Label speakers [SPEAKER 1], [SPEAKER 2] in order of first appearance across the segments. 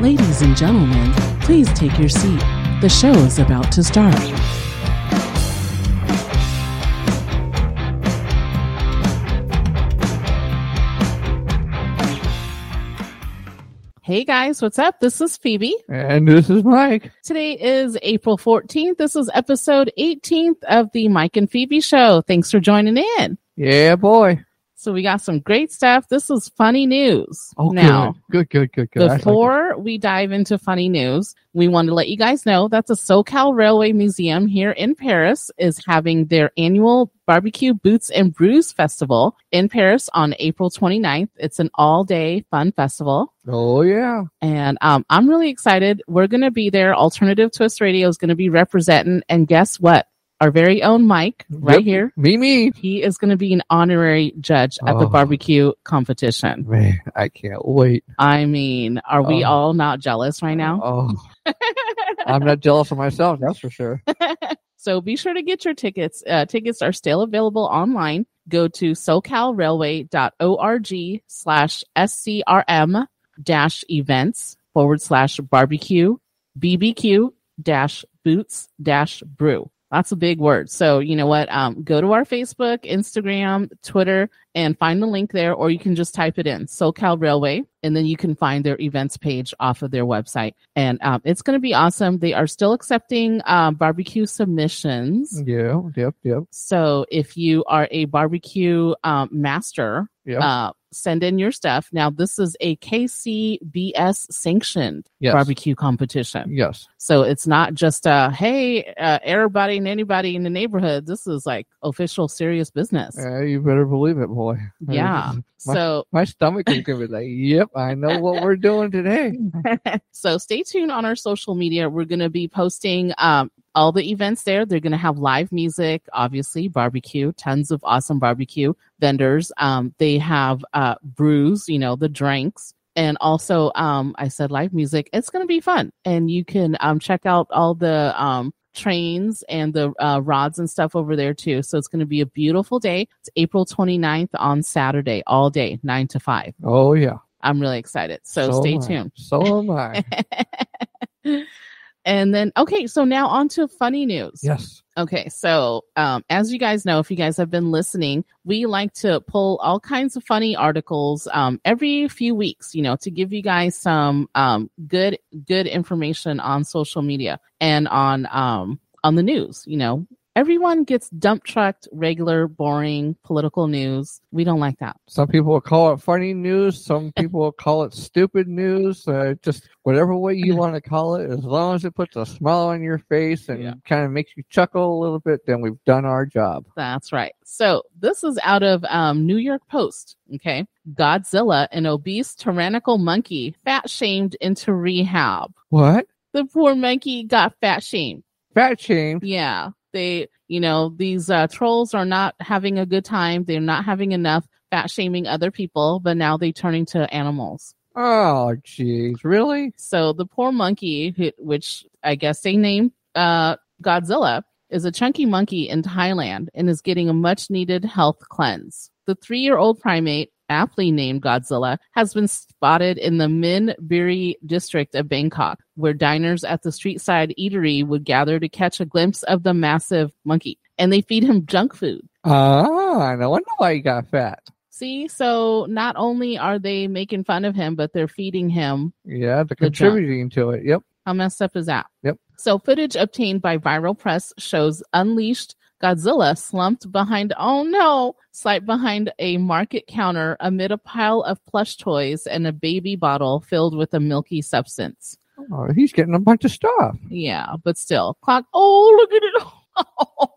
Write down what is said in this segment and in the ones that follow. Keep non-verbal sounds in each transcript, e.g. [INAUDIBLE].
[SPEAKER 1] Ladies and gentlemen, please take your seat. The show is about to start. Hey guys, what's up? This is Phoebe.
[SPEAKER 2] And this is Mike.
[SPEAKER 1] Today is April 14th. This is episode 18th of the Mike and Phoebe show. Thanks for joining in.
[SPEAKER 2] Yeah, boy.
[SPEAKER 1] So we got some great stuff. This is funny news.
[SPEAKER 2] Oh,
[SPEAKER 1] now,
[SPEAKER 2] good, good, good, good. good. I like it.
[SPEAKER 1] Before we dive into funny news, we want to let you guys know that the SoCal Railway Museum here in Paris is having their annual Barbecue Boots and Brews Festival in Paris on April 29th. It's an all day fun festival.
[SPEAKER 2] oh yeah,
[SPEAKER 1] And um, I'm really excited. We're going to be there. Alternative Twist Radio is going to be representing. And guess what? Our very own Mike, right
[SPEAKER 2] Yep.
[SPEAKER 1] here,
[SPEAKER 2] me, me.
[SPEAKER 1] he is going to be an honorary judge at the
[SPEAKER 2] Oh.
[SPEAKER 1] barbecue competition.
[SPEAKER 2] Man, I can't wait.
[SPEAKER 1] I mean, are we
[SPEAKER 2] Oh.
[SPEAKER 1] all not jealous right now? [LAUGHS]
[SPEAKER 2] Oh, I'm not jealous of myself. That's for sure.
[SPEAKER 1] So be sure to get your tickets. Uh, tickets are still available online. Go to socalrailway.org slash SCRM dash events forward slash barbecue BBQ dash boots dash brew. Lots of big words. So you know what? Um, go to our Facebook, Instagram, Twitter, and find the link there, or you can just type it in SoCal Railway, and then you can find their events page off of their website. And um, it's going to be awesome. They are still accepting um, barbecue submissions.
[SPEAKER 2] Yeah, yep, yep,
[SPEAKER 1] So if you are a barbecue um, master,
[SPEAKER 2] yep.
[SPEAKER 1] uh, send in your stuff. Now, this is a KCBS sanctioned
[SPEAKER 2] yes,
[SPEAKER 1] barbecue competition.
[SPEAKER 2] yes.
[SPEAKER 1] So it's not just, uh, hey, uh, everybody and anybody in the neighborhood. This is like official, serious business.
[SPEAKER 2] Uh, you better believe it, boy. [LAUGHS]
[SPEAKER 1] Yeah.
[SPEAKER 2] Mm-hmm.
[SPEAKER 1] So
[SPEAKER 2] My stomach is gonna be like, "Yep, I know what we're
[SPEAKER 1] [LAUGHS]
[SPEAKER 2] doing today."
[SPEAKER 1] so stay tuned on our social media. We're going to be posting um, all the events there. They're going to have live music, obviously, barbecue, tons of awesome barbecue vendors. Um, they have uh, brews, you know, the drinks. And also, um, I said live music. It's going to be fun. And you can um, check out all the um, trains and the uh, rods and stuff over there, too. So it's going to be a beautiful day. It's April 29th on Saturday, all day, 9 to 5.
[SPEAKER 2] Oh yeah.
[SPEAKER 1] I'm really excited. So,
[SPEAKER 2] So
[SPEAKER 1] stay
[SPEAKER 2] am I.
[SPEAKER 1] tuned.
[SPEAKER 2] So
[SPEAKER 1] [LAUGHS]
[SPEAKER 2] am I.
[SPEAKER 1] and then okay so now on to funny news
[SPEAKER 2] yes.
[SPEAKER 1] okay so um, as you guys know if you guys have been listening we like to pull all kinds of funny articles um, every few weeks you know to give you guys some um, good good information on social media and on um, on the news you know everyone gets dump trucked regular boring political news we don't like that
[SPEAKER 2] Some people will call it funny news. Some people will call it stupid news. Uh, just whatever way you want to call it, as long as it puts a smile on your face and
[SPEAKER 1] Yeah.
[SPEAKER 2] kind of makes you chuckle a little bit, then we've done our job.
[SPEAKER 1] That's right. So this is out of um, New York Post. Okay, Godzilla, an obese tyrannical monkey, fat shamed into rehab.
[SPEAKER 2] What?
[SPEAKER 1] The poor monkey got fat shamed.
[SPEAKER 2] Fat shame?
[SPEAKER 1] Yeah, they, you know, these uh, trolls are not having a good time. They're not having enough fat shaming other people, but now they turning to animals.
[SPEAKER 2] Oh, jeez, really?
[SPEAKER 1] So the poor monkey, who- which I guess they named uh, Godzilla, is a chunky monkey in Thailand and is getting a much needed health cleanse. The three year old primate, aptly named Godzilla, has been spotted in the Min Buri district of Bangkok, where diners at the street side eatery would gather to catch a glimpse of the massive monkey. And they feed him junk food.
[SPEAKER 2] Ah, no wonder why you got fat.
[SPEAKER 1] See, so not only are they making fun of him, but they're feeding him
[SPEAKER 2] Yeah, the
[SPEAKER 1] Good job.
[SPEAKER 2] contributing to it. Yep.
[SPEAKER 1] How messed up is that?
[SPEAKER 2] Yep.
[SPEAKER 1] So footage obtained by viral press shows unleashed Godzilla slumped behind oh no, slumped behind a market counter amid a pile of plush toys and a baby bottle filled with a milky substance.
[SPEAKER 2] Oh, he's getting a bunch of stuff.
[SPEAKER 1] Yeah, but still. Clock oh look at it.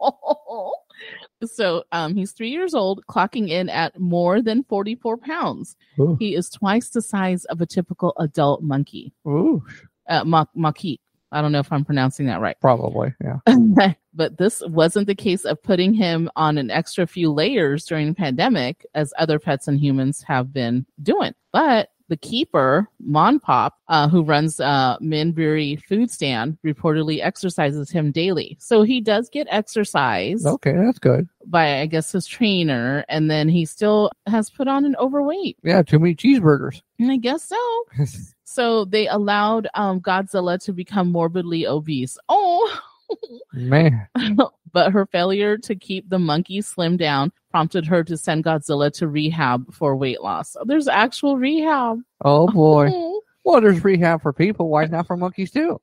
[SPEAKER 1] [LAUGHS] so um he's three years old, clocking in at more than forty four pounds.
[SPEAKER 2] Ooh,
[SPEAKER 1] He is twice the size of a typical adult monkey.
[SPEAKER 2] ooh,
[SPEAKER 1] Uh ma- maquis. I don't know if I'm pronouncing that right.
[SPEAKER 2] probably.
[SPEAKER 1] [LAUGHS]
[SPEAKER 2] Yeah.
[SPEAKER 1] but this wasn't the case of putting him on an extra few layers during the pandemic, as other pets and humans have been doing. But the keeper, Mon Pop, uh, who runs uh, Manbury Food Stand, reportedly exercises him daily. So he does get exercise
[SPEAKER 2] Okay, that's good.
[SPEAKER 1] by, I guess, his trainer, and then he still has put on an overweight.
[SPEAKER 2] Yeah, too many cheeseburgers. [LAUGHS]
[SPEAKER 1] And I guess so. So they allowed um, Godzilla to become morbidly obese. Oh,
[SPEAKER 2] Man,
[SPEAKER 1] [LAUGHS] but her failure to keep the monkey slim down prompted her to send Godzilla to rehab for weight loss. So there's actual rehab. Hmm.
[SPEAKER 2] oh boy. Well, there's rehab for people. Why not for monkeys too?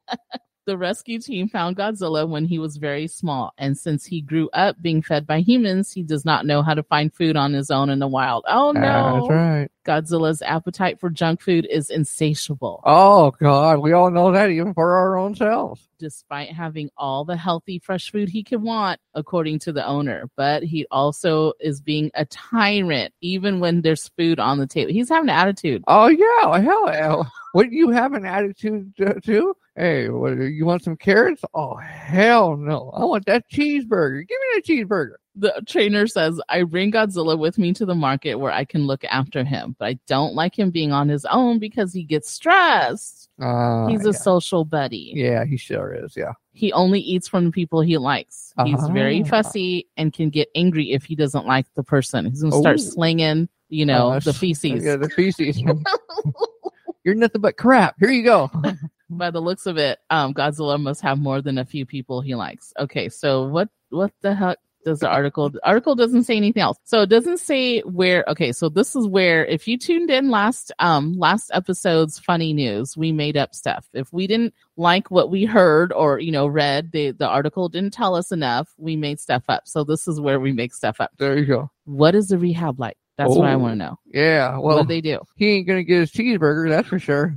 [SPEAKER 1] The rescue team found Godzilla when he was very small, and since he grew up being fed by humans, he does not know how to find food on his own in the wild. Oh no!
[SPEAKER 2] That's right.
[SPEAKER 1] Godzilla's appetite for junk food is insatiable.
[SPEAKER 2] Oh God, we all know that even for our own selves.
[SPEAKER 1] despite having all the healthy fresh food he could want, according to the owner. But he also is being a tyrant, even when there's food on the table. He's having an attitude.
[SPEAKER 2] Oh yeah, well, hell, hell. Wouldn't you have an attitude to- too? Hey, what, you want some carrots? Oh hell no! I want that cheeseburger. Give me that cheeseburger.
[SPEAKER 1] The trainer says, I bring Godzilla with me to the market where I can look after him, but I don't like him being on his own because he gets stressed.
[SPEAKER 2] Uh,
[SPEAKER 1] He's a social buddy.
[SPEAKER 2] yeah, he sure is. Yeah.
[SPEAKER 1] He only eats from the people he likes. He's very
[SPEAKER 2] Ah.
[SPEAKER 1] fussy and can get angry if he doesn't like the person. He's going to start
[SPEAKER 2] Ooh.
[SPEAKER 1] slinging, you know,
[SPEAKER 2] Uh,
[SPEAKER 1] the
[SPEAKER 2] Oh. sh-
[SPEAKER 1] feces. [LAUGHS]
[SPEAKER 2] Yeah, the feces. [LAUGHS] You're nothing but crap. Here you go.
[SPEAKER 1] Mm-hmm. by the looks of it, um, Godzilla must have more than a few people he likes. Okay, so what what the heck does the article? The article doesn't say anything else. So it doesn't say where. Okay, so this is where if you tuned in last um last episode's funny news, we made up stuff. If we didn't like what we heard or you know read, the the article didn't tell us enough. We made stuff up. So this is where we make stuff up.
[SPEAKER 2] There you go.
[SPEAKER 1] What is the rehab like? That's what I
[SPEAKER 2] Oh,
[SPEAKER 1] want to know.
[SPEAKER 2] Yeah.
[SPEAKER 1] what
[SPEAKER 2] Well,
[SPEAKER 1] do they do?
[SPEAKER 2] he ain't gonna get his cheeseburger. That's
[SPEAKER 1] [LAUGHS]
[SPEAKER 2] for sure.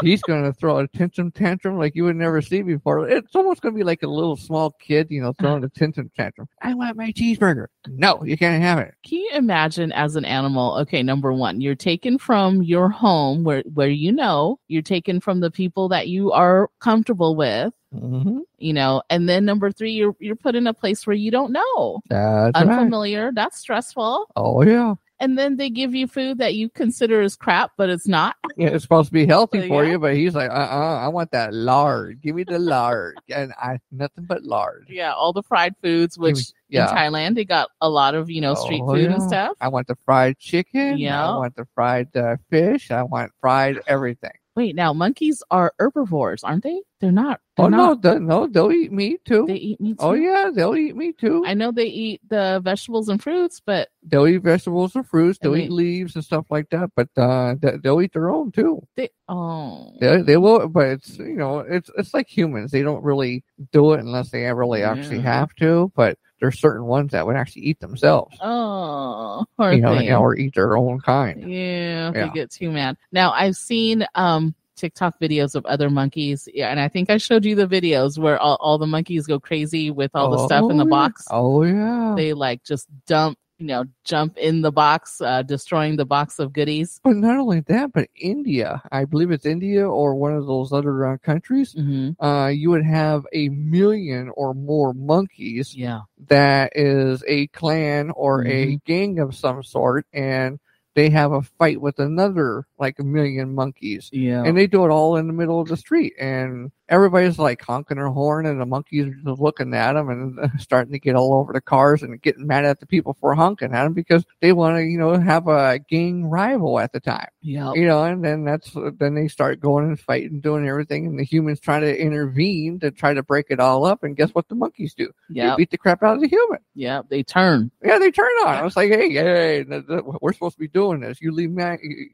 [SPEAKER 2] He's gonna throw a tantrum tantrum like you would never see before. It's almost gonna be like a little small kid, you know, throwing a tantrum tantrum. I want my cheeseburger. No, you can't have it.
[SPEAKER 1] Can you imagine as an animal? Okay, number one, you're taken from your home where where you know you're taken from the people that you are comfortable with,
[SPEAKER 2] Mm-hmm.
[SPEAKER 1] you know, and then number three, you're you're put in a place where you don't know,
[SPEAKER 2] That's right.
[SPEAKER 1] unfamiliar. That's stressful.
[SPEAKER 2] Oh yeah.
[SPEAKER 1] And then they give you food that you consider is crap, but it's not.
[SPEAKER 2] Yeah, it's supposed to be healthy
[SPEAKER 1] So,
[SPEAKER 2] for
[SPEAKER 1] yeah.
[SPEAKER 2] you, but he's like, uh, uh I want that lard. Give me the lard, and I nothing but lard.
[SPEAKER 1] Yeah, all the fried foods, which in
[SPEAKER 2] Yeah,
[SPEAKER 1] Thailand they got a lot of you know street
[SPEAKER 2] Oh,
[SPEAKER 1] food and
[SPEAKER 2] yeah.
[SPEAKER 1] stuff.
[SPEAKER 2] I want the fried chicken.
[SPEAKER 1] Yeah.
[SPEAKER 2] I want the fried uh, fish. I want fried everything.
[SPEAKER 1] Wait, now monkeys are herbivores, aren't they? They're not. They're
[SPEAKER 2] Oh
[SPEAKER 1] not.
[SPEAKER 2] no, th- no, they'll eat meat too.
[SPEAKER 1] They eat meat.
[SPEAKER 2] Oh
[SPEAKER 1] too?
[SPEAKER 2] yeah, they'll eat meat too.
[SPEAKER 1] I know they eat the vegetables and fruits, but
[SPEAKER 2] They'll eat vegetables and fruits.
[SPEAKER 1] And
[SPEAKER 2] They'll
[SPEAKER 1] they-
[SPEAKER 2] eat leaves and stuff like that. But uh, th- they'll eat their own too.
[SPEAKER 1] they oh
[SPEAKER 2] They, they will, but it's you know, it's it's like humans. They don't really do it unless they really actually
[SPEAKER 1] Yeah.
[SPEAKER 2] have to. But there's certain ones that would actually eat themselves.
[SPEAKER 1] oh poor
[SPEAKER 2] You know,
[SPEAKER 1] thing.
[SPEAKER 2] or eat their own kind.
[SPEAKER 1] yeah, if
[SPEAKER 2] Yeah.
[SPEAKER 1] they get too mad. Now I've seen um TikTok videos of other monkeys, yeah, and I think I showed you the videos where all, all the monkeys go crazy with all the stuff in the
[SPEAKER 2] Oh, yeah.
[SPEAKER 1] box.
[SPEAKER 2] Oh yeah.
[SPEAKER 1] They like just dump, you know, jump in the box, uh, destroying the box of goodies.
[SPEAKER 2] but not only that, but India, I believe it's India or one of those other uh, countries,
[SPEAKER 1] hmm
[SPEAKER 2] uh, you would have a million or more monkeys
[SPEAKER 1] Yeah,
[SPEAKER 2] that is a clan or a gang of some sort and they have a fight with another like a million monkeys
[SPEAKER 1] yeah.
[SPEAKER 2] and they do it all in the middle of the street and everybody's like honking their horn and the monkeys are just looking at them and [LAUGHS] starting to get all over the cars and getting mad at the people for honking at them because they want to you know have a gang rival at the time
[SPEAKER 1] yeah.
[SPEAKER 2] you know and then that's then they start going and fighting doing everything and the humans try to intervene to try to break it all up and guess what the monkeys do
[SPEAKER 1] Yeah.
[SPEAKER 2] they beat the crap out of the human.
[SPEAKER 1] Yeah. They turn.
[SPEAKER 2] Yeah, they turn on. I was like, hey, hey, th- th- we're supposed to be doing this. You leave me,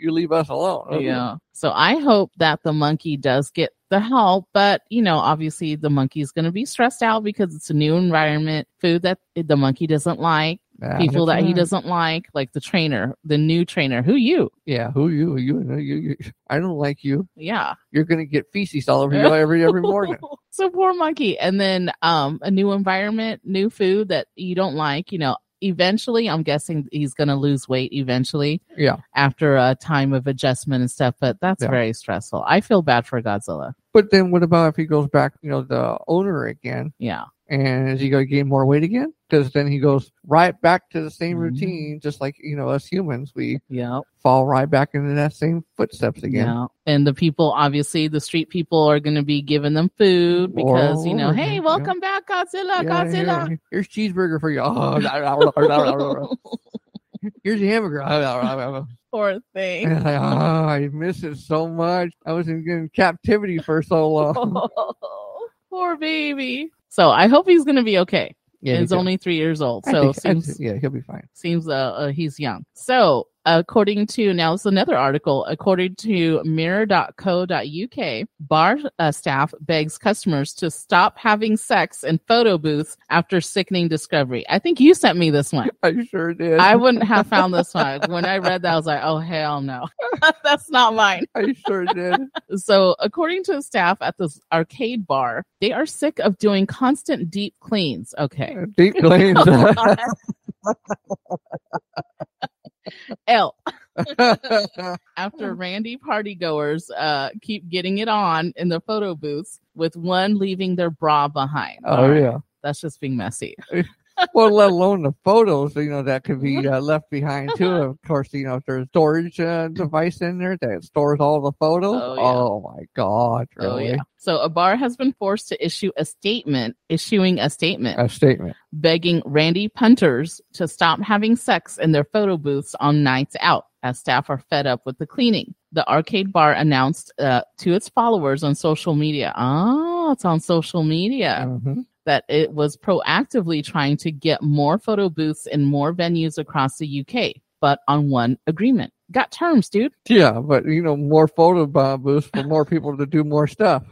[SPEAKER 2] you leave us alone.
[SPEAKER 1] Yeah. So I hope that the monkey does get the help, but you know, obviously the monkey's going to be stressed out because it's a new environment, food that the monkey doesn't like,
[SPEAKER 2] Yeah,
[SPEAKER 1] people that
[SPEAKER 2] that's
[SPEAKER 1] he
[SPEAKER 2] right.
[SPEAKER 1] doesn't like, like the trainer, the new trainer, who you?
[SPEAKER 2] Yeah, who you? You know, you, you. I don't like you.
[SPEAKER 1] Yeah.
[SPEAKER 2] You're gonna get feces all over you every
[SPEAKER 1] [LAUGHS]
[SPEAKER 2] every morning.
[SPEAKER 1] so poor monkey. And then um a new environment, new food that you don't like, you know, eventually I'm guessing he's going to lose weight eventually
[SPEAKER 2] Yeah,
[SPEAKER 1] after a time of adjustment and stuff, but that's
[SPEAKER 2] Yeah.
[SPEAKER 1] very stressful. I feel bad for Godzilla.
[SPEAKER 2] but then what about if he goes back? You know, the owner again,
[SPEAKER 1] Yeah.
[SPEAKER 2] and is he gonna gain more weight again? Because then he goes right back to the same
[SPEAKER 1] Mhm.
[SPEAKER 2] routine, just like you know us humans, we
[SPEAKER 1] Yeah.
[SPEAKER 2] fall right back into that same footsteps again.
[SPEAKER 1] Yeah. And the people, obviously, the street people are going to be giving them food because, you know,
[SPEAKER 2] Oh,
[SPEAKER 1] hey,
[SPEAKER 2] yeah.
[SPEAKER 1] welcome back, Godzilla,
[SPEAKER 2] Yeah,
[SPEAKER 1] Godzilla.
[SPEAKER 2] here- here's cheeseburger for you. [LAUGHS] Oh, [LAUGHS] blah, blah, blah, blah, blah, blah. here's your hamburger.
[SPEAKER 1] [LAUGHS] Poor
[SPEAKER 2] And [LAUGHS]
[SPEAKER 1] thing.
[SPEAKER 2] it's like, [LAUGHS] oh, I miss it so much. I was in, in captivity for
[SPEAKER 1] [LAUGHS]
[SPEAKER 2] so long. Oh.
[SPEAKER 1] Poor baby. So I hope he's going to be okay.
[SPEAKER 2] Yeah, he
[SPEAKER 1] he's
[SPEAKER 2] did.
[SPEAKER 1] only three years old.
[SPEAKER 2] I
[SPEAKER 1] So
[SPEAKER 2] think- I
[SPEAKER 1] seems
[SPEAKER 2] think- yeah, he'll be fine.
[SPEAKER 1] seems uh, uh he's young. So, according to now it's another article according to mirror.co.uk, bar uh, staff begs customers to stop having sex in photo booths after sickening discovery. I think you sent me this one.
[SPEAKER 2] I sure did.
[SPEAKER 1] I wouldn't have found this one. When I read that I was like, "Oh hell no. [LAUGHS] That's not mine."
[SPEAKER 2] I sure did.
[SPEAKER 1] So, according to staff at this arcade bar, they are sick of doing constant deep cleans. Okay.
[SPEAKER 2] Deep
[SPEAKER 1] [LAUGHS]
[SPEAKER 2] clean. [LAUGHS]
[SPEAKER 1] [LAUGHS] L. After Randy party goers uh, keep getting it on in the photo booths, with one leaving their bra behind.
[SPEAKER 2] oh yeah.
[SPEAKER 1] That's just being messy.
[SPEAKER 2] Well, let alone the photos. You know that could be uh, left behind too. Of course, you know if there's storage uh, device in there that stores all the photos.
[SPEAKER 1] Oh,
[SPEAKER 2] Oh,
[SPEAKER 1] yeah.
[SPEAKER 2] my god! Really?
[SPEAKER 1] Oh, yeah. So, a bar has been forced to issue a statement, issuing a statement.
[SPEAKER 2] A statement.
[SPEAKER 1] begging Randy punters to stop having sex in their photo booths on nights out, as staff are fed up with the cleaning. The arcade bar announced uh, to its followers on social media. Oh, it's on social media
[SPEAKER 2] Mhm.
[SPEAKER 1] that it was proactively trying to get more photo booths in more venues across the UK, but on one agreement. Got terms, dude.
[SPEAKER 2] Yeah, but you know more photo bomb booths for more people to do more stuff.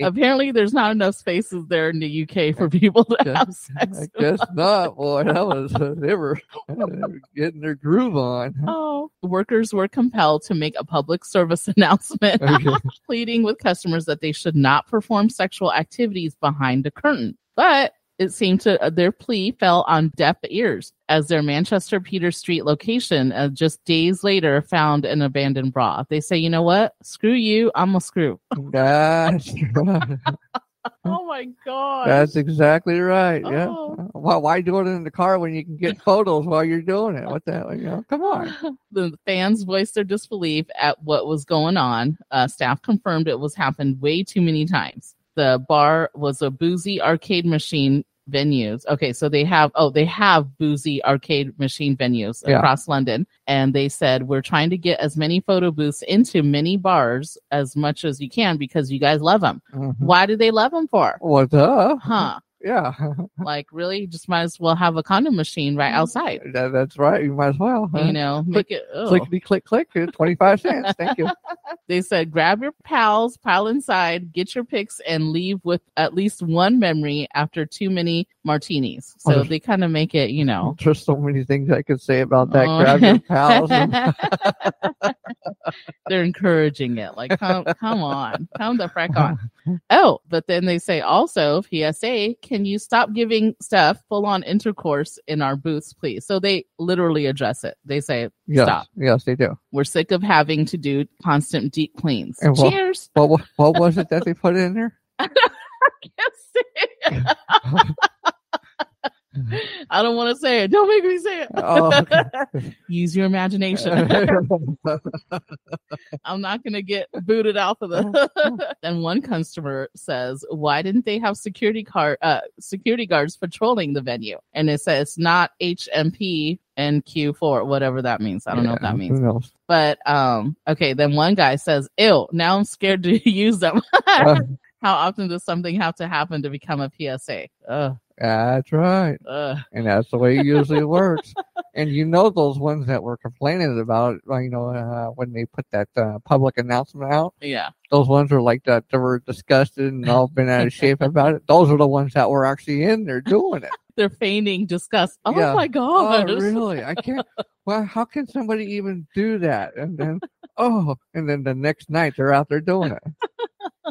[SPEAKER 1] Apparently, there's not enough spaces there in the UK for people to
[SPEAKER 2] Yeah.
[SPEAKER 1] have sex. [LAUGHS]
[SPEAKER 2] I guess not. Boy, that was uh, they were, [LAUGHS] they were getting their groove on.
[SPEAKER 1] Oh, workers were compelled to make a public service [LAUGHS] announcement [LAUGHS]
[SPEAKER 2] Okay.
[SPEAKER 1] pleading with customers that they should not perform sexual activities behind the curtain. But it seemed to uh, their plea fell on deaf ears as their Manchester Peter Street location uh, just days later found an abandoned bra. They say, you know what? Screw you. I'm a screw.
[SPEAKER 2] That's [LAUGHS] right.
[SPEAKER 1] Oh my God.
[SPEAKER 2] That's exactly right. Yeah.
[SPEAKER 1] Oh.
[SPEAKER 2] Why, why do it in the car when you can get photos while you're doing it? What the hell? You know,
[SPEAKER 1] [LAUGHS]
[SPEAKER 2] come on.
[SPEAKER 1] the fans voiced their disbelief at what was going on. Uh, staff confirmed it was happened way too many times. The bar was a boozy arcade machine venues. Okay, so they have oh they have boozy arcade machine venues
[SPEAKER 2] Yeah.
[SPEAKER 1] across London, and they said we're trying to get as many photo booths into many bars as much as you can because you guys love them.
[SPEAKER 2] Mhm.
[SPEAKER 1] Why do they love them for?
[SPEAKER 2] Well, duh.
[SPEAKER 1] Huh?
[SPEAKER 2] Yeah. [LAUGHS]
[SPEAKER 1] Like really? Just might as well have a condom machine right outside.
[SPEAKER 2] That, that's Mm-hmm. right. You might as well. huh?
[SPEAKER 1] You know, make it. oh. ugh.
[SPEAKER 2] Clickety click click. Twenty five cents. Thank you.
[SPEAKER 1] They said, grab your pals, pile inside, get your pics, and leave with at least one memory after too many martinis. So
[SPEAKER 2] Oh.
[SPEAKER 1] they kind of make it, you know.
[SPEAKER 2] There's so many things I could say about that.
[SPEAKER 1] Oh.
[SPEAKER 2] Grab your pals.
[SPEAKER 1] [LAUGHS]
[SPEAKER 2] and-
[SPEAKER 1] They're encouraging it. Like, come, come on, come the frack on. Oh, but then they say also, PSA, can you stop giving stuff full on intercourse in our booths, please? So they literally address it. They say,
[SPEAKER 2] yes.
[SPEAKER 1] Stop.
[SPEAKER 2] Yes, they do.
[SPEAKER 1] we're sick of having to do constant deep cleans.
[SPEAKER 2] And what-
[SPEAKER 1] Cheers.
[SPEAKER 2] What, wa- what was it that they put
[SPEAKER 1] [LAUGHS]
[SPEAKER 2] in there?
[SPEAKER 1] [LAUGHS] I don't want to say it. Don't make me say it.
[SPEAKER 2] Oh, okay.
[SPEAKER 1] Use your
[SPEAKER 2] [LAUGHS]
[SPEAKER 1] imagination. I'm not going to get booted off of [LAUGHS] the. and one customer says, "Why didn't they have security car uh, security guards patrolling the venue?" And it says not HMP and Q4, whatever that means. I don't know what that means.
[SPEAKER 2] Who knows?
[SPEAKER 1] But um, okay. Then one guy says, "Ew, now I'm scared to [LAUGHS] use them."
[SPEAKER 2] Uh,
[SPEAKER 1] [LAUGHS] How often does something have to happen to become a PSA? Ugh,
[SPEAKER 2] that's right.
[SPEAKER 1] ugh.
[SPEAKER 2] and that's the way it usually
[SPEAKER 1] [LAUGHS]
[SPEAKER 2] works. And you know those ones that were complaining about, it, you know, uh, when they put that uh, public announcement out.
[SPEAKER 1] Yeah.
[SPEAKER 2] Those ones were like that; they were disgusted and all been out of shape about it. Those are the ones that were actually in there doing it.
[SPEAKER 1] They're feigning disgust. [LAUGHS] Oh
[SPEAKER 2] Yeah.
[SPEAKER 1] my
[SPEAKER 2] Oh,
[SPEAKER 1] god. [LAUGHS]
[SPEAKER 2] really? I can't. Well, how can somebody even do that? And then, oh, and then the next night they're out there doing it.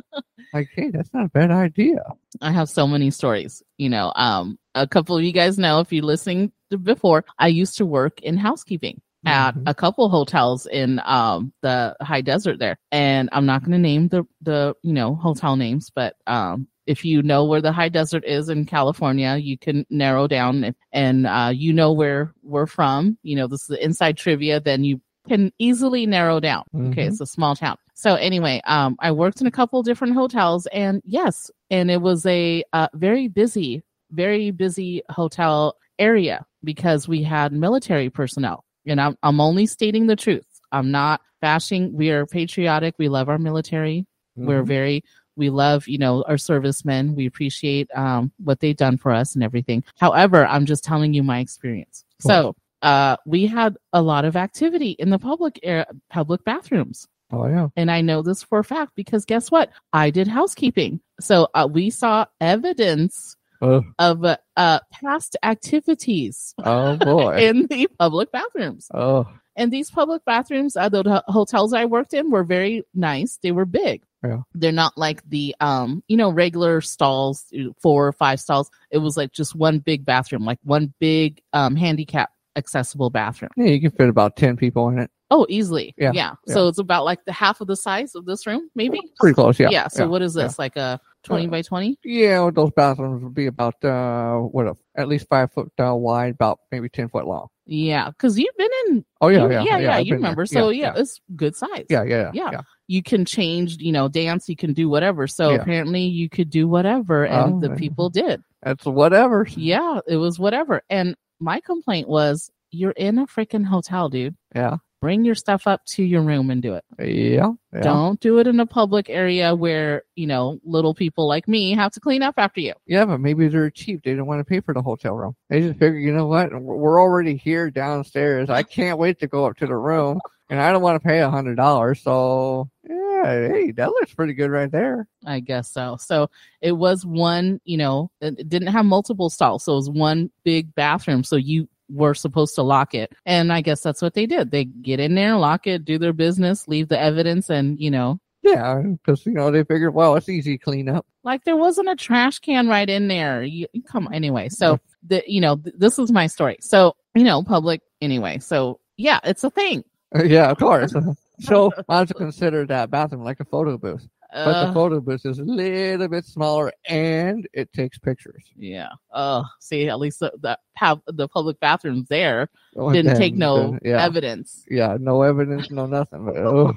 [SPEAKER 1] [LAUGHS]
[SPEAKER 2] Like, hey, that's not a bad idea.
[SPEAKER 1] I have so many stories. You know, um, a couple of you guys know if you're listening to before, I used to work in housekeeping at
[SPEAKER 2] Mhm.
[SPEAKER 1] a couple hotels in um the high desert there. And I'm not gonna name the the you know hotel names, but um if you know where the high desert is in California, you can narrow down if, and uh, you know where we're from. You know, this is the inside trivia, then you can easily narrow down. Okay,
[SPEAKER 2] Mhm.
[SPEAKER 1] it's a small town. So anyway, um, I worked in a couple different hotels, and yes, and it was a uh, very busy, very busy hotel area. because we had military personnel. And I'm, I'm only stating the truth. I'm not bashing. We are patriotic. We love our military.
[SPEAKER 2] Mm-hmm.
[SPEAKER 1] We're very, we love, you know, our servicemen. We appreciate um, what they've done for us and everything. However, I'm just telling you my experience.
[SPEAKER 2] Cool.
[SPEAKER 1] So uh, we had a lot of activity in the public air, public bathrooms.
[SPEAKER 2] Oh yeah.
[SPEAKER 1] And I know this for a fact because guess what? I did housekeeping. So uh, we saw evidence
[SPEAKER 2] Ugh.
[SPEAKER 1] of uh, uh, past activities
[SPEAKER 2] oh boy.
[SPEAKER 1] in the public bathrooms.
[SPEAKER 2] oh
[SPEAKER 1] And these public bathrooms, uh, the ho- hotels I worked in were very nice. They were big.
[SPEAKER 2] Yeah.
[SPEAKER 1] They're not like the um, you know, regular stalls, you know, four or five stalls. It was like just one big bathroom, like one big um handicap accessible bathroom.
[SPEAKER 2] yeah, you can fit about ten people in it.
[SPEAKER 1] Oh, easily.
[SPEAKER 2] Yeah,
[SPEAKER 1] So it's about like the half of the size of this room, maybe.
[SPEAKER 2] Pretty close. Yeah.
[SPEAKER 1] So what is this? Like a twenty
[SPEAKER 2] Uh,
[SPEAKER 1] by twenty?
[SPEAKER 2] Yeah, well, those bathrooms would be about uh what a, at least five foot uh, wide, about maybe ten foot long.
[SPEAKER 1] Yeah. Because you've been in
[SPEAKER 2] Oh yeah,
[SPEAKER 1] you-
[SPEAKER 2] yeah, yeah. I've
[SPEAKER 1] you
[SPEAKER 2] been there.
[SPEAKER 1] remember. So yeah, it's good size.
[SPEAKER 2] yeah, yeah, yeah,
[SPEAKER 1] Yeah.
[SPEAKER 2] yeah.
[SPEAKER 1] you can change, you know, dance, you can do whatever. So
[SPEAKER 2] Yeah.
[SPEAKER 1] apparently you could do whatever and
[SPEAKER 2] Oh,
[SPEAKER 1] the
[SPEAKER 2] then.
[SPEAKER 1] people did.
[SPEAKER 2] That's whatever.
[SPEAKER 1] Yeah, it was whatever. And my complaint was you're in a freaking hotel, dude.
[SPEAKER 2] Yeah,
[SPEAKER 1] Bring your stuff up to your room and do it.
[SPEAKER 2] yeah, yeah.
[SPEAKER 1] Don't do it in a public area where, you know, little people like me have to clean up after you.
[SPEAKER 2] Yeah, but maybe they're cheap. They didn't want to pay for the hotel room. They just figured, you know what? We're we're already here downstairs. I can't wait to go up to the room, and I don't want to pay a hundred dollars. So yeah, hey, that looks pretty good right there.
[SPEAKER 1] I guess so. So it was one, you know, it it didn't have multiple stalls. So it was one big bathroom. So you were supposed to lock it. And I guess that's what they did. They get in there, lock it, do their business, leave the evidence, and, you know,
[SPEAKER 2] Yeah, because you know they figured, well, it's easy [LAUGHS] cleanup.
[SPEAKER 1] like there wasn't a trash can right in there. You, come on. Anyway, so the, you know, th- this is my story. So, you know, public anyway. So yeah, it's a thing.
[SPEAKER 2] Uh, yeah, of course. [LAUGHS] so I have to consider that bathroom like a photo booth, but the
[SPEAKER 1] Uh,
[SPEAKER 2] photo booth is a little bit smaller and it takes pictures.
[SPEAKER 1] yeah. Oh, see, at least the, the, pub- the public bathrooms there
[SPEAKER 2] Oh,
[SPEAKER 1] didn't
[SPEAKER 2] damn,
[SPEAKER 1] take no
[SPEAKER 2] yeah.
[SPEAKER 1] evidence.
[SPEAKER 2] Yeah, no evidence, no nothing. But,
[SPEAKER 1] [LAUGHS]
[SPEAKER 2] oh.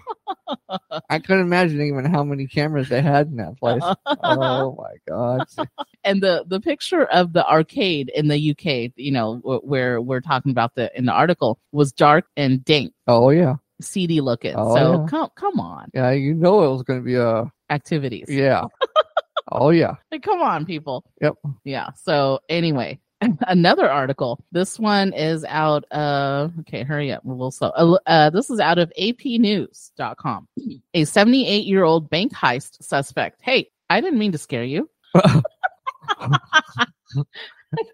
[SPEAKER 2] I couldn't imagine even how many cameras they had in
[SPEAKER 1] [LAUGHS]
[SPEAKER 2] that place. Oh my god!
[SPEAKER 1] and the the picture of the arcade in the UK, you know, wh- where we're talking about the in the article was dark and dank,
[SPEAKER 2] Oh yeah,
[SPEAKER 1] seedy looking.
[SPEAKER 2] Oh,
[SPEAKER 1] so
[SPEAKER 2] yeah.
[SPEAKER 1] come come on,
[SPEAKER 2] yeah. You know it was going to be a
[SPEAKER 1] activities. [LAUGHS]
[SPEAKER 2] yeah. Oh yeah.
[SPEAKER 1] Like, come on, people.
[SPEAKER 2] Yep.
[SPEAKER 1] Yeah. So anyway, [LAUGHS] another article. This one is out of okay, hurry up. We'll slow. Uh, uh, this is out of APnews.com. [CLEARS THROAT] A 78-year-old bank heist suspect. Hey, I didn't mean to scare you.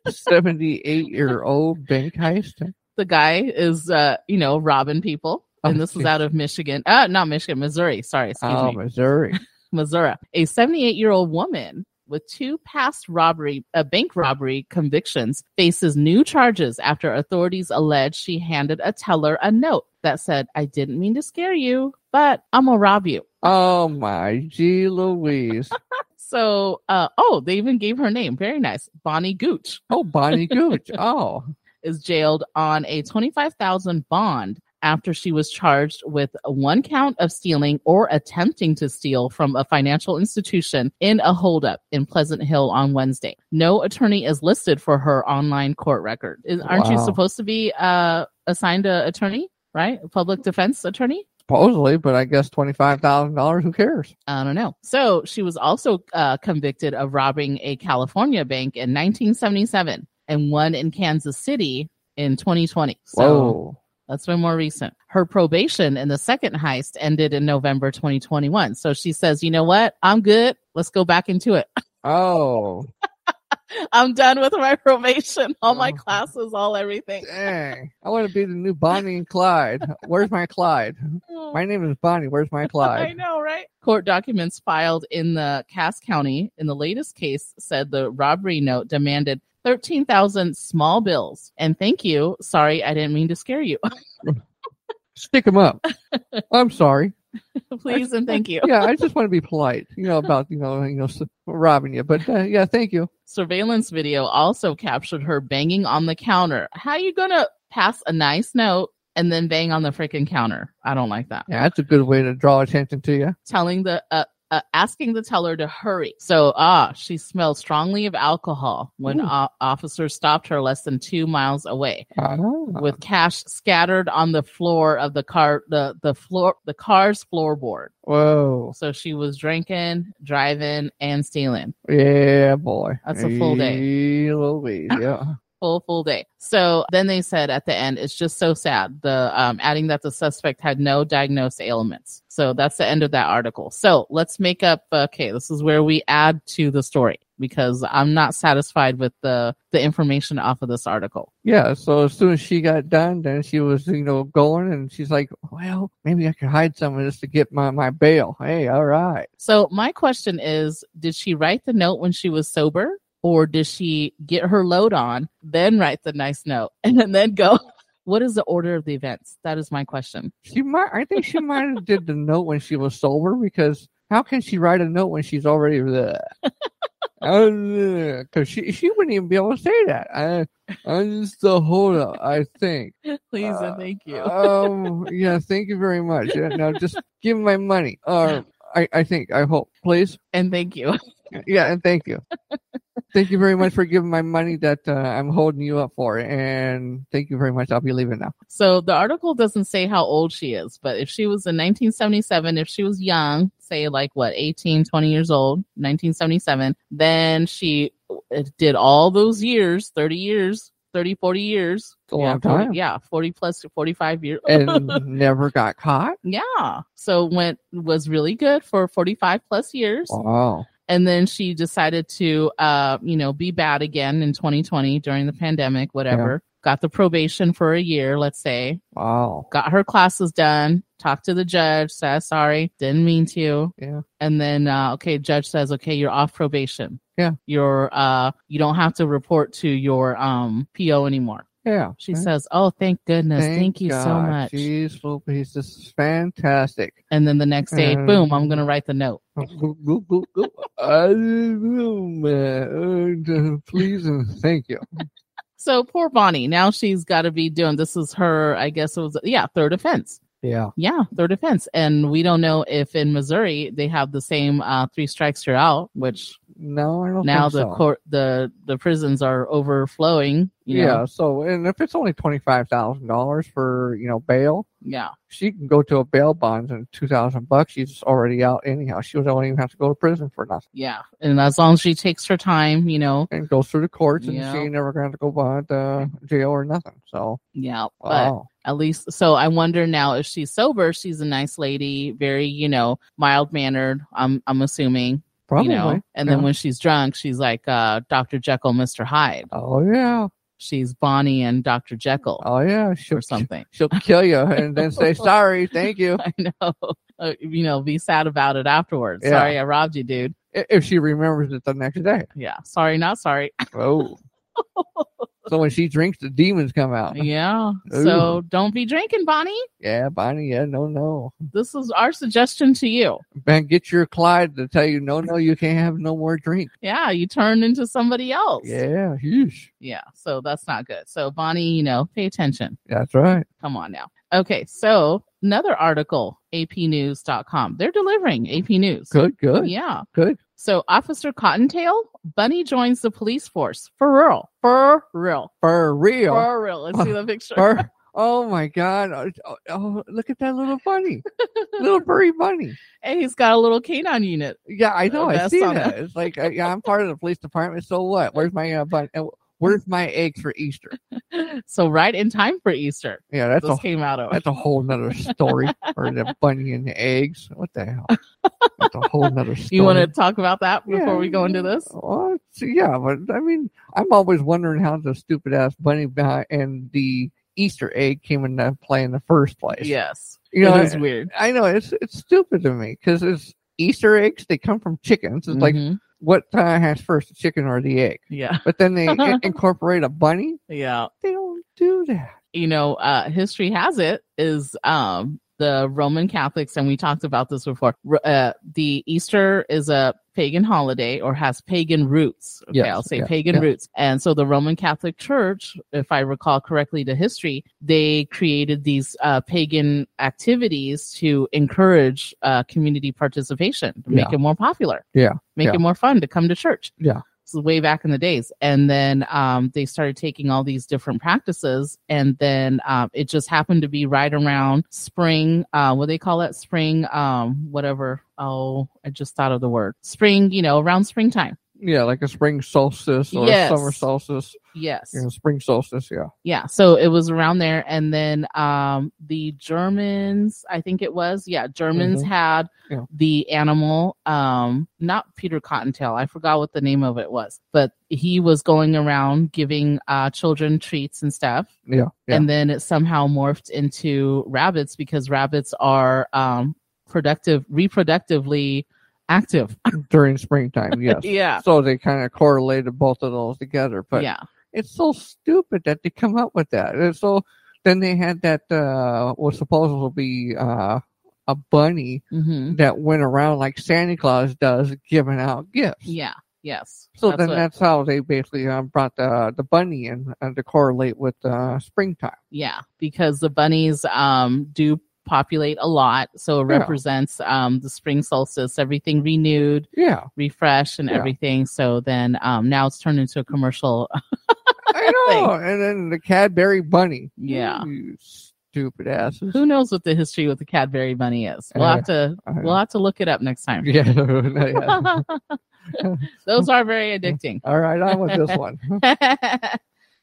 [SPEAKER 2] Seventy-eight year old bank heist.
[SPEAKER 1] the guy is uh you know robbing people and this is
[SPEAKER 2] Okay.
[SPEAKER 1] out of michigan uh not michigan missouri sorry excuse
[SPEAKER 2] Oh,
[SPEAKER 1] me
[SPEAKER 2] Missouri.
[SPEAKER 1] missouri a 78 year old woman with two past robbery uh, bank robbery convictions faces new charges after authorities allege she handed a teller a note that said i didn't mean to scare you but i'm gonna rob you
[SPEAKER 2] Oh my gee, Louise.
[SPEAKER 1] so uh oh they even gave her name very nice bonnie gooch
[SPEAKER 2] Oh, Bonnie Gooch. Oh,
[SPEAKER 1] is jailed on a 25,000 bond after she was charged with one count of stealing or attempting to steal from a financial institution in a holdup in Pleasant Hill on Wednesday. No attorney is listed for her online court record. Is, aren't you
[SPEAKER 2] Wow.
[SPEAKER 1] supposed to be uh, assigned a attorney, right? A public defense attorney?
[SPEAKER 2] supposedly, but I guess twenty-five thousand dollars. Who cares?
[SPEAKER 1] I don't know. So she was also uh, convicted of robbing a California bank in 1977 and one in Kansas City in 2020. So
[SPEAKER 2] Whoa.
[SPEAKER 1] That's been more recent. Her probation in the second heist ended in November 2021. So she says, you know what? I'm good. Let's go back into it. [LAUGHS]
[SPEAKER 2] Oh,
[SPEAKER 1] I'm done with my [LAUGHS] probation, all my
[SPEAKER 2] Oh.
[SPEAKER 1] classes, all
[SPEAKER 2] [LAUGHS]
[SPEAKER 1] everything.
[SPEAKER 2] dang! I want to be the new Bonnie and Clyde. Where's my Clyde? My name is Bonnie. Where's my
[SPEAKER 1] Oh. I [LAUGHS]
[SPEAKER 2] Clyde?
[SPEAKER 1] know, right? Court documents filed in the Cass County in the latest case said the robbery note demanded 13,000 small bills. And thank you. Sorry, I didn't mean to scare you. [LAUGHS]
[SPEAKER 2] Stick him up. I'm sorry.
[SPEAKER 1] Please and thank you.
[SPEAKER 2] Yeah, I just want to be polite. You know about you know you know s- robbing you, but uh, yeah, thank you.
[SPEAKER 1] surveillance video also captured her banging on the counter. How you gonna pass a nice note and then bang on the freaking counter? I don't like that.
[SPEAKER 2] Yeah, that's a good way to draw attention to you.
[SPEAKER 1] Telling the uh, uh, asking the teller to hurry. So, ah, she smelled strongly of alcohol when
[SPEAKER 2] Ooh.
[SPEAKER 1] o- officers stopped her less than two miles away.
[SPEAKER 2] Ah.
[SPEAKER 1] With cash scattered on the floor of the car, the, the floor, the car's floorboard.
[SPEAKER 2] Whoa.
[SPEAKER 1] So she was drinking, driving, and stealing.
[SPEAKER 2] Yeah, boy.
[SPEAKER 1] That's a full day.
[SPEAKER 2] Yee, Louise, yeah.
[SPEAKER 1] Full, full day. So then they said at the end, it's just so sad. The um, adding that the suspect had no diagnosed ailments. So that's the end of that article. So let's make up. Okay, this is where we add to the story because I'm not satisfied with the the information off of this article.
[SPEAKER 2] Yeah, so as soon as she got done, then she was, you know, going and she's like, well, maybe I could hide some of this to get my, my bail. Hey, all right.
[SPEAKER 1] So my question is, did she write the note when she was sober? Or did she get her load on, then write the nice note, [LAUGHS] and then go? What is the order of the events? That is my question.
[SPEAKER 2] She might, I think she might have did the note when she was sober because how can she write a note when she's already there? Because she, she wouldn't even be able to say that. I, I'm just a holder, I think.
[SPEAKER 1] Please and
[SPEAKER 2] Uh,
[SPEAKER 1] thank you.
[SPEAKER 2] Um, yeah, thank you very much. Yeah, Now just give me my money. Or I, I think, I hope, please.
[SPEAKER 1] and thank you.
[SPEAKER 2] Yeah, and thank you. Thank you very much for giving my money that uh, I'm holding you up for. And thank you very much. I'll be leaving now.
[SPEAKER 1] So the article doesn't say how old she is, but if she was in 1977, if she was young, say like what, 18, 20 years old, 1977, then she uh, did all those years, 30 years, 30, 40 years.
[SPEAKER 2] It's a
[SPEAKER 1] yeah,
[SPEAKER 2] long
[SPEAKER 1] 40
[SPEAKER 2] time.
[SPEAKER 1] yeah, 40 plus 45 years. [LAUGHS]
[SPEAKER 2] And never got caught.
[SPEAKER 1] yeah. So went was really good for 45 plus years.
[SPEAKER 2] Wow.
[SPEAKER 1] and then she decided to uh you know be bad again in 2020 during the pandemic whatever got the probation for a year let's say
[SPEAKER 2] Wow.
[SPEAKER 1] got her classes done talked to the judge says sorry didn't mean to
[SPEAKER 2] Yeah.
[SPEAKER 1] and then uh, okay judge says okay you're off probation
[SPEAKER 2] Yeah.
[SPEAKER 1] you're uh you don't have to report to your um po anymore
[SPEAKER 2] Yeah.
[SPEAKER 1] she
[SPEAKER 2] Yeah.
[SPEAKER 1] says oh thank goodness thank, you so
[SPEAKER 2] God.
[SPEAKER 1] much
[SPEAKER 2] Jeez, little piece. This is fantastic. [LAUGHS]
[SPEAKER 1] and then the next day
[SPEAKER 2] Um,
[SPEAKER 1] boom i'm gonna write the note
[SPEAKER 2] Go, go, go, go. I will, man. Uh, Please and thank you.
[SPEAKER 1] so poor bonnie now she's got to be doing this is her i guess it was yeah third offense
[SPEAKER 2] Yeah.
[SPEAKER 1] Yeah, third offense. And we don't know if in Missouri they have the same uh, three strikes you're out, which
[SPEAKER 2] No, I don't
[SPEAKER 1] now
[SPEAKER 2] think
[SPEAKER 1] the
[SPEAKER 2] so.
[SPEAKER 1] court the the prisons are overflowing. You
[SPEAKER 2] Yeah.
[SPEAKER 1] know?
[SPEAKER 2] So, and if it's only $25,000 for, you know, bail,
[SPEAKER 1] Yeah.
[SPEAKER 2] she can go to a bail bond and two thousand bucks. She's already out anyhow. She don't even have to go to prison for nothing.
[SPEAKER 1] Yeah. And as long as she takes her time, you know.
[SPEAKER 2] And goes through the courts, and
[SPEAKER 1] Yeah.
[SPEAKER 2] she ain't never going to go bond uh, jail or nothing. So oh,
[SPEAKER 1] Yeah. But
[SPEAKER 2] wow,
[SPEAKER 1] at least so I wonder now if she's sober, she's a nice lady, very, you know, mild mannered, I'm I'm assuming.
[SPEAKER 2] probably.
[SPEAKER 1] You know. And then
[SPEAKER 2] yeah.
[SPEAKER 1] when she's drunk, she's like uh Dr. Jekyll, Mr. Hyde.
[SPEAKER 2] oh yeah,
[SPEAKER 1] She's Bonnie and Dr. Jekyll
[SPEAKER 2] oh yeah, she'll
[SPEAKER 1] or something. [LAUGHS]
[SPEAKER 2] she'll kill you and then say sorry, thank you.
[SPEAKER 1] I know. Uh, you know, be sad about it afterwards.
[SPEAKER 2] Yeah.
[SPEAKER 1] Sorry, I robbed you, dude.
[SPEAKER 2] I- If she remembers it the next day.
[SPEAKER 1] Yeah. Sorry, not sorry. [LAUGHS]
[SPEAKER 2] Oh. So when she drinks, the demons come out.
[SPEAKER 1] yeah. So don't be drinking, Bonnie.
[SPEAKER 2] Yeah, Bonnie. Yeah, no, no.
[SPEAKER 1] This is our suggestion to you.
[SPEAKER 2] Ben, get your Clyde to tell you, no, no, you can't have no more drink.
[SPEAKER 1] Yeah. You turn into somebody else.
[SPEAKER 2] Yeah, huge.
[SPEAKER 1] Yeah. So that's not good. So, Bonnie, you know, pay attention.
[SPEAKER 2] That's right.
[SPEAKER 1] Come on now. Okay. So, another article, apnews.com. They're delivering AP News.
[SPEAKER 2] Good, good,
[SPEAKER 1] Yeah.
[SPEAKER 2] good.
[SPEAKER 1] So, Officer Cottontail, Bunny joins the police force for real. For real.
[SPEAKER 2] For real.
[SPEAKER 1] For real. Let's
[SPEAKER 2] [LAUGHS]
[SPEAKER 1] see the picture.
[SPEAKER 2] Bur- oh my god! Oh, Oh, oh, look at that little bunny,
[SPEAKER 1] [LAUGHS]
[SPEAKER 2] little furry bunny.
[SPEAKER 1] And he's got a little canine unit.
[SPEAKER 2] Yeah, I know. I
[SPEAKER 1] Oh, That's
[SPEAKER 2] see
[SPEAKER 1] on
[SPEAKER 2] that. It's like uh, yeah, I'm part of the police department. So what? Where's my uh, bun- uh, Where's my eggs for Easter?
[SPEAKER 1] So right in time for Easter,
[SPEAKER 2] Yeah, that's
[SPEAKER 1] this
[SPEAKER 2] a
[SPEAKER 1] came out of.
[SPEAKER 2] that's a whole nother story.
[SPEAKER 1] [LAUGHS]
[SPEAKER 2] or the bunny and the eggs. What the hell? That's a whole nother story.
[SPEAKER 1] [LAUGHS] You want to talk about that before
[SPEAKER 2] Yeah.
[SPEAKER 1] we go into this?
[SPEAKER 2] Well, it's- yeah, but I mean, I'm always wondering how the stupid ass bunny behind and the Easter egg came into play in the first place.
[SPEAKER 1] Yes,
[SPEAKER 2] you know,
[SPEAKER 1] it is weird.
[SPEAKER 2] I know it's it's stupid to me because it's Easter eggs. They come from chickens. It's like
[SPEAKER 1] Mhm.
[SPEAKER 2] what uh, has first, the chicken or the egg?
[SPEAKER 1] yeah,
[SPEAKER 2] But then they in- [LAUGHS] incorporate a bunny.
[SPEAKER 1] yeah.
[SPEAKER 2] They don't do that.
[SPEAKER 1] You know, uh, history has it is um the Roman Catholics, and we talked about this before. r- Uh, the Easter is a pagan holiday or has pagan roots. Okay,
[SPEAKER 2] Yes,
[SPEAKER 1] I'll say
[SPEAKER 2] yeah,
[SPEAKER 1] pagan
[SPEAKER 2] yeah.
[SPEAKER 1] roots. And so the Roman Catholic Church, if I recall correctly the history, they created these uh, pagan activities to encourage uh, community participation, to make
[SPEAKER 2] Yeah.
[SPEAKER 1] it more popular.
[SPEAKER 2] Yeah,
[SPEAKER 1] Make
[SPEAKER 2] yeah.
[SPEAKER 1] it more fun to come to church.
[SPEAKER 2] Yeah.
[SPEAKER 1] This is way back in the days. And then um, they started taking all these different practices. And then um, it just happened to be right around spring. Uh, what do they call it? Spring, um, whatever. Oh, I just thought of the word. Spring, you know, around springtime.
[SPEAKER 2] Yeah, like a spring solstice or
[SPEAKER 1] Yes.
[SPEAKER 2] a summer solstice.
[SPEAKER 1] Yes.
[SPEAKER 2] You know, spring solstice, yeah.
[SPEAKER 1] yeah so it was around there and then um the germans i think it was yeah germans
[SPEAKER 2] Mhm.
[SPEAKER 1] had
[SPEAKER 2] Yeah.
[SPEAKER 1] the animal um not peter cottontail i forgot what the name of it was but he was going around giving uh children treats and stuff
[SPEAKER 2] Yeah. yeah.
[SPEAKER 1] and then it somehow morphed into rabbits because rabbits are um productive reproductively active [LAUGHS]
[SPEAKER 2] During springtime, yes.
[SPEAKER 1] yeah
[SPEAKER 2] So they kind of correlated both of those together. But
[SPEAKER 1] yeah
[SPEAKER 2] it's so stupid that they come up with that. And so then they had that uh was supposed to be uh a bunny
[SPEAKER 1] hmm
[SPEAKER 2] that went around like Santa Claus does giving out gifts.
[SPEAKER 1] yeah yes
[SPEAKER 2] So
[SPEAKER 1] That's
[SPEAKER 2] then
[SPEAKER 1] what-
[SPEAKER 2] that's how they basically um, brought the the bunny in uh, to correlate with uh, springtime.
[SPEAKER 1] Yeah, because the bunnies um do populate a lot, so it
[SPEAKER 2] Yeah.
[SPEAKER 1] represents um the spring solstice, everything renewed,
[SPEAKER 2] Yeah,
[SPEAKER 1] refreshed, and
[SPEAKER 2] Yeah.
[SPEAKER 1] everything. So then um now it's turned into a commercial. [LAUGHS]
[SPEAKER 2] I know. and then the Cadbury bunny.
[SPEAKER 1] Yeah.
[SPEAKER 2] You stupid asses.
[SPEAKER 1] Who knows what the history with the Cadbury bunny is? We'll
[SPEAKER 2] Uh,
[SPEAKER 1] have to
[SPEAKER 2] I
[SPEAKER 1] we'll have to look it up next time.
[SPEAKER 2] [LAUGHS] yeah, [LAUGHS] yeah.
[SPEAKER 1] [LAUGHS] Those are very addicting.
[SPEAKER 2] All right, on with
[SPEAKER 1] [LAUGHS]
[SPEAKER 2] this one. Mm-hmm.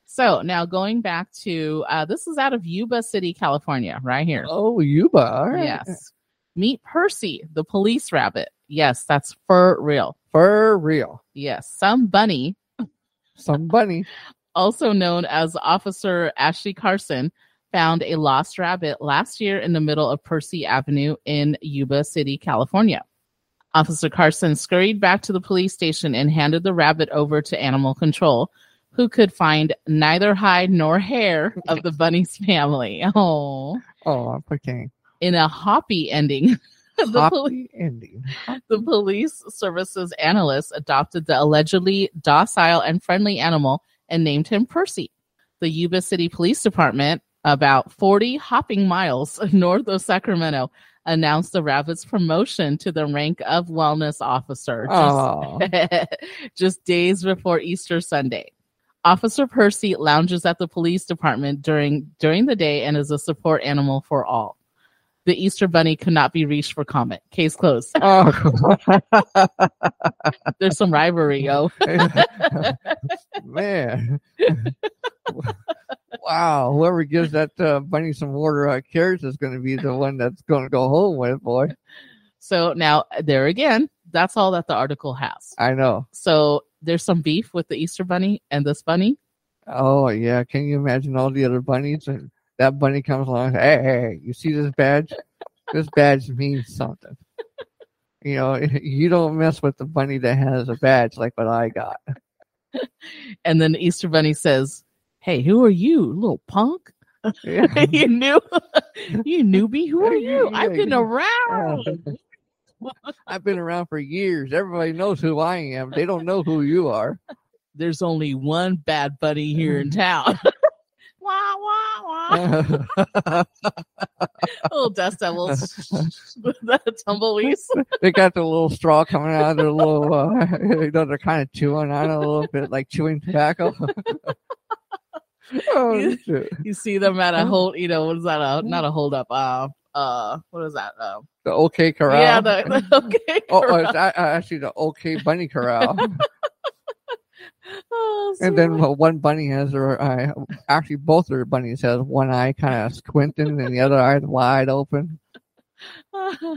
[SPEAKER 1] so now going back to uh, this is out of Yuba City, California, right here.
[SPEAKER 2] Oh, Yuba. All right.
[SPEAKER 1] Yes. Meet Percy, the police rabbit. Yes, that's for real.
[SPEAKER 2] For real.
[SPEAKER 1] Yes, some bunny,
[SPEAKER 2] Some bunny.
[SPEAKER 1] also known as Officer Ashley Carson, found a lost rabbit last year in the middle of Percy Avenue in Yuba City, California. Officer Carson scurried back to the police station and handed the rabbit over to animal control, who could find neither hide nor hair of the bunny's family. Oh,
[SPEAKER 2] Oh, I'm pretending.
[SPEAKER 1] in a hoppy ending. [LAUGHS] The, poli-
[SPEAKER 2] Happy ending.
[SPEAKER 1] the police services analyst adopted the allegedly docile and friendly animal and named him Percy. The Yuba City Police Department, about 40 hopping miles [LAUGHS] north of Sacramento, announced the rabbit's promotion to the rank of wellness officer just, [LAUGHS]
[SPEAKER 2] Oh,
[SPEAKER 1] just days before Easter Sunday. Officer Percy lounges at the police department during during the day and is a support animal for all. The Easter bunny could not be reached for comment. Case closed
[SPEAKER 2] oh.
[SPEAKER 1] there's some rivalry, yo.
[SPEAKER 2] [LAUGHS] man. wow, whoever gives that uh, bunny some water uh, carrots is going to be the one that's going to go home with, boy.
[SPEAKER 1] So now there again, that's all that the article has.
[SPEAKER 2] I know.
[SPEAKER 1] So there's some beef with the Easter bunny and this bunny.
[SPEAKER 2] Oh yeah, can you imagine all the other bunnies and that bunny comes along? Hey, hey, you see this badge? This badge means something. You know, [LAUGHS] you don't mess with the bunny that has a badge like what I got. [LAUGHS]
[SPEAKER 1] And then the Easter bunny says, Hey, who are you, little punk? [LAUGHS]
[SPEAKER 2] Yeah.
[SPEAKER 1] you new [LAUGHS] you newbie, who are [LAUGHS] you? I've been
[SPEAKER 2] Yeah.
[SPEAKER 1] around.
[SPEAKER 2] I've been around for years. Everybody knows who I am. They don't know who you are.
[SPEAKER 1] [LAUGHS]
[SPEAKER 2] [LAUGHS]
[SPEAKER 1] There's only one bad bunny here in town. Mm-hmm. [LAUGHS] wah wah wah. little dust [LAUGHS] devils. the tumbleweeds.
[SPEAKER 2] they got the little straw coming out of their little uh, [LAUGHS] you know they're kind of chewing on it a little bit like chewing tobacco [LAUGHS] oh shoot.
[SPEAKER 1] you see them at a
[SPEAKER 2] Huh?
[SPEAKER 1] hold, you know, what is that? A,
[SPEAKER 2] Mm-hmm.
[SPEAKER 1] not a hold up. Uh, uh, what is that? Uh,
[SPEAKER 2] the okay corral
[SPEAKER 1] yeah, the, [LAUGHS] the- okay.
[SPEAKER 2] oh, oh,
[SPEAKER 1] corral.
[SPEAKER 2] it's a- uh, actually the okay
[SPEAKER 1] [LAUGHS]
[SPEAKER 2] bunny corral
[SPEAKER 1] Oh, so
[SPEAKER 2] and then
[SPEAKER 1] much-
[SPEAKER 2] well, one bunny has their eye actually both their bunnies has one eye kind of squinting and the other eye
[SPEAKER 1] [LAUGHS]
[SPEAKER 2] wide open
[SPEAKER 1] [LAUGHS]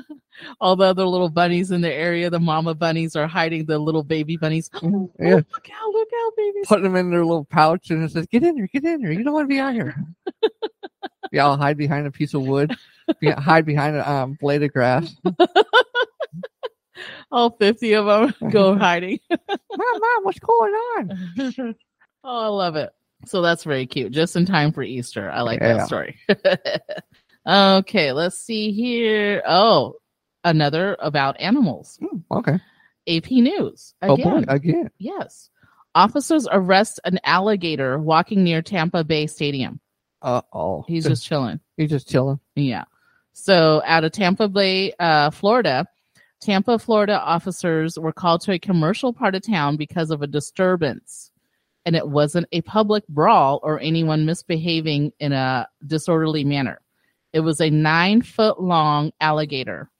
[SPEAKER 1] all the other little bunnies in the area, the mama bunnies are hiding the little baby bunnies. Oh,
[SPEAKER 2] Yeah.
[SPEAKER 1] look out! Look out, babies!
[SPEAKER 2] putting them in their little pouch and it says get in here get in here you don't want to be
[SPEAKER 1] [LAUGHS]
[SPEAKER 2] out here they all hide behind a piece of wood be- hide behind a um, blade of grass
[SPEAKER 1] All fifty of them [LAUGHS] go
[SPEAKER 2] Uh-huh. [LAUGHS]
[SPEAKER 1] hiding.
[SPEAKER 2] mom, mom, what's going on?
[SPEAKER 1] oh, I love it. So that's very cute. Just in time for Easter. I like
[SPEAKER 2] Yeah.
[SPEAKER 1] that story. [LAUGHS] okay, let's see here. Oh, another about animals.
[SPEAKER 2] Okay.
[SPEAKER 1] AP News.
[SPEAKER 2] Hmm. Oh boy,
[SPEAKER 1] Again.
[SPEAKER 2] again.
[SPEAKER 1] Yes. Officers arrest an alligator walking near Tampa Bay Stadium.
[SPEAKER 2] Uh oh. [LAUGHS]
[SPEAKER 1] He's just chilling.
[SPEAKER 2] he's just chilling.
[SPEAKER 1] Yeah. So out of Tampa Bay, uh, Florida, Tampa, Florida officers were called to a commercial part of town because of a disturbance. And it wasn't a public brawl or anyone misbehaving in a disorderly manner. It was a nine foot long alligator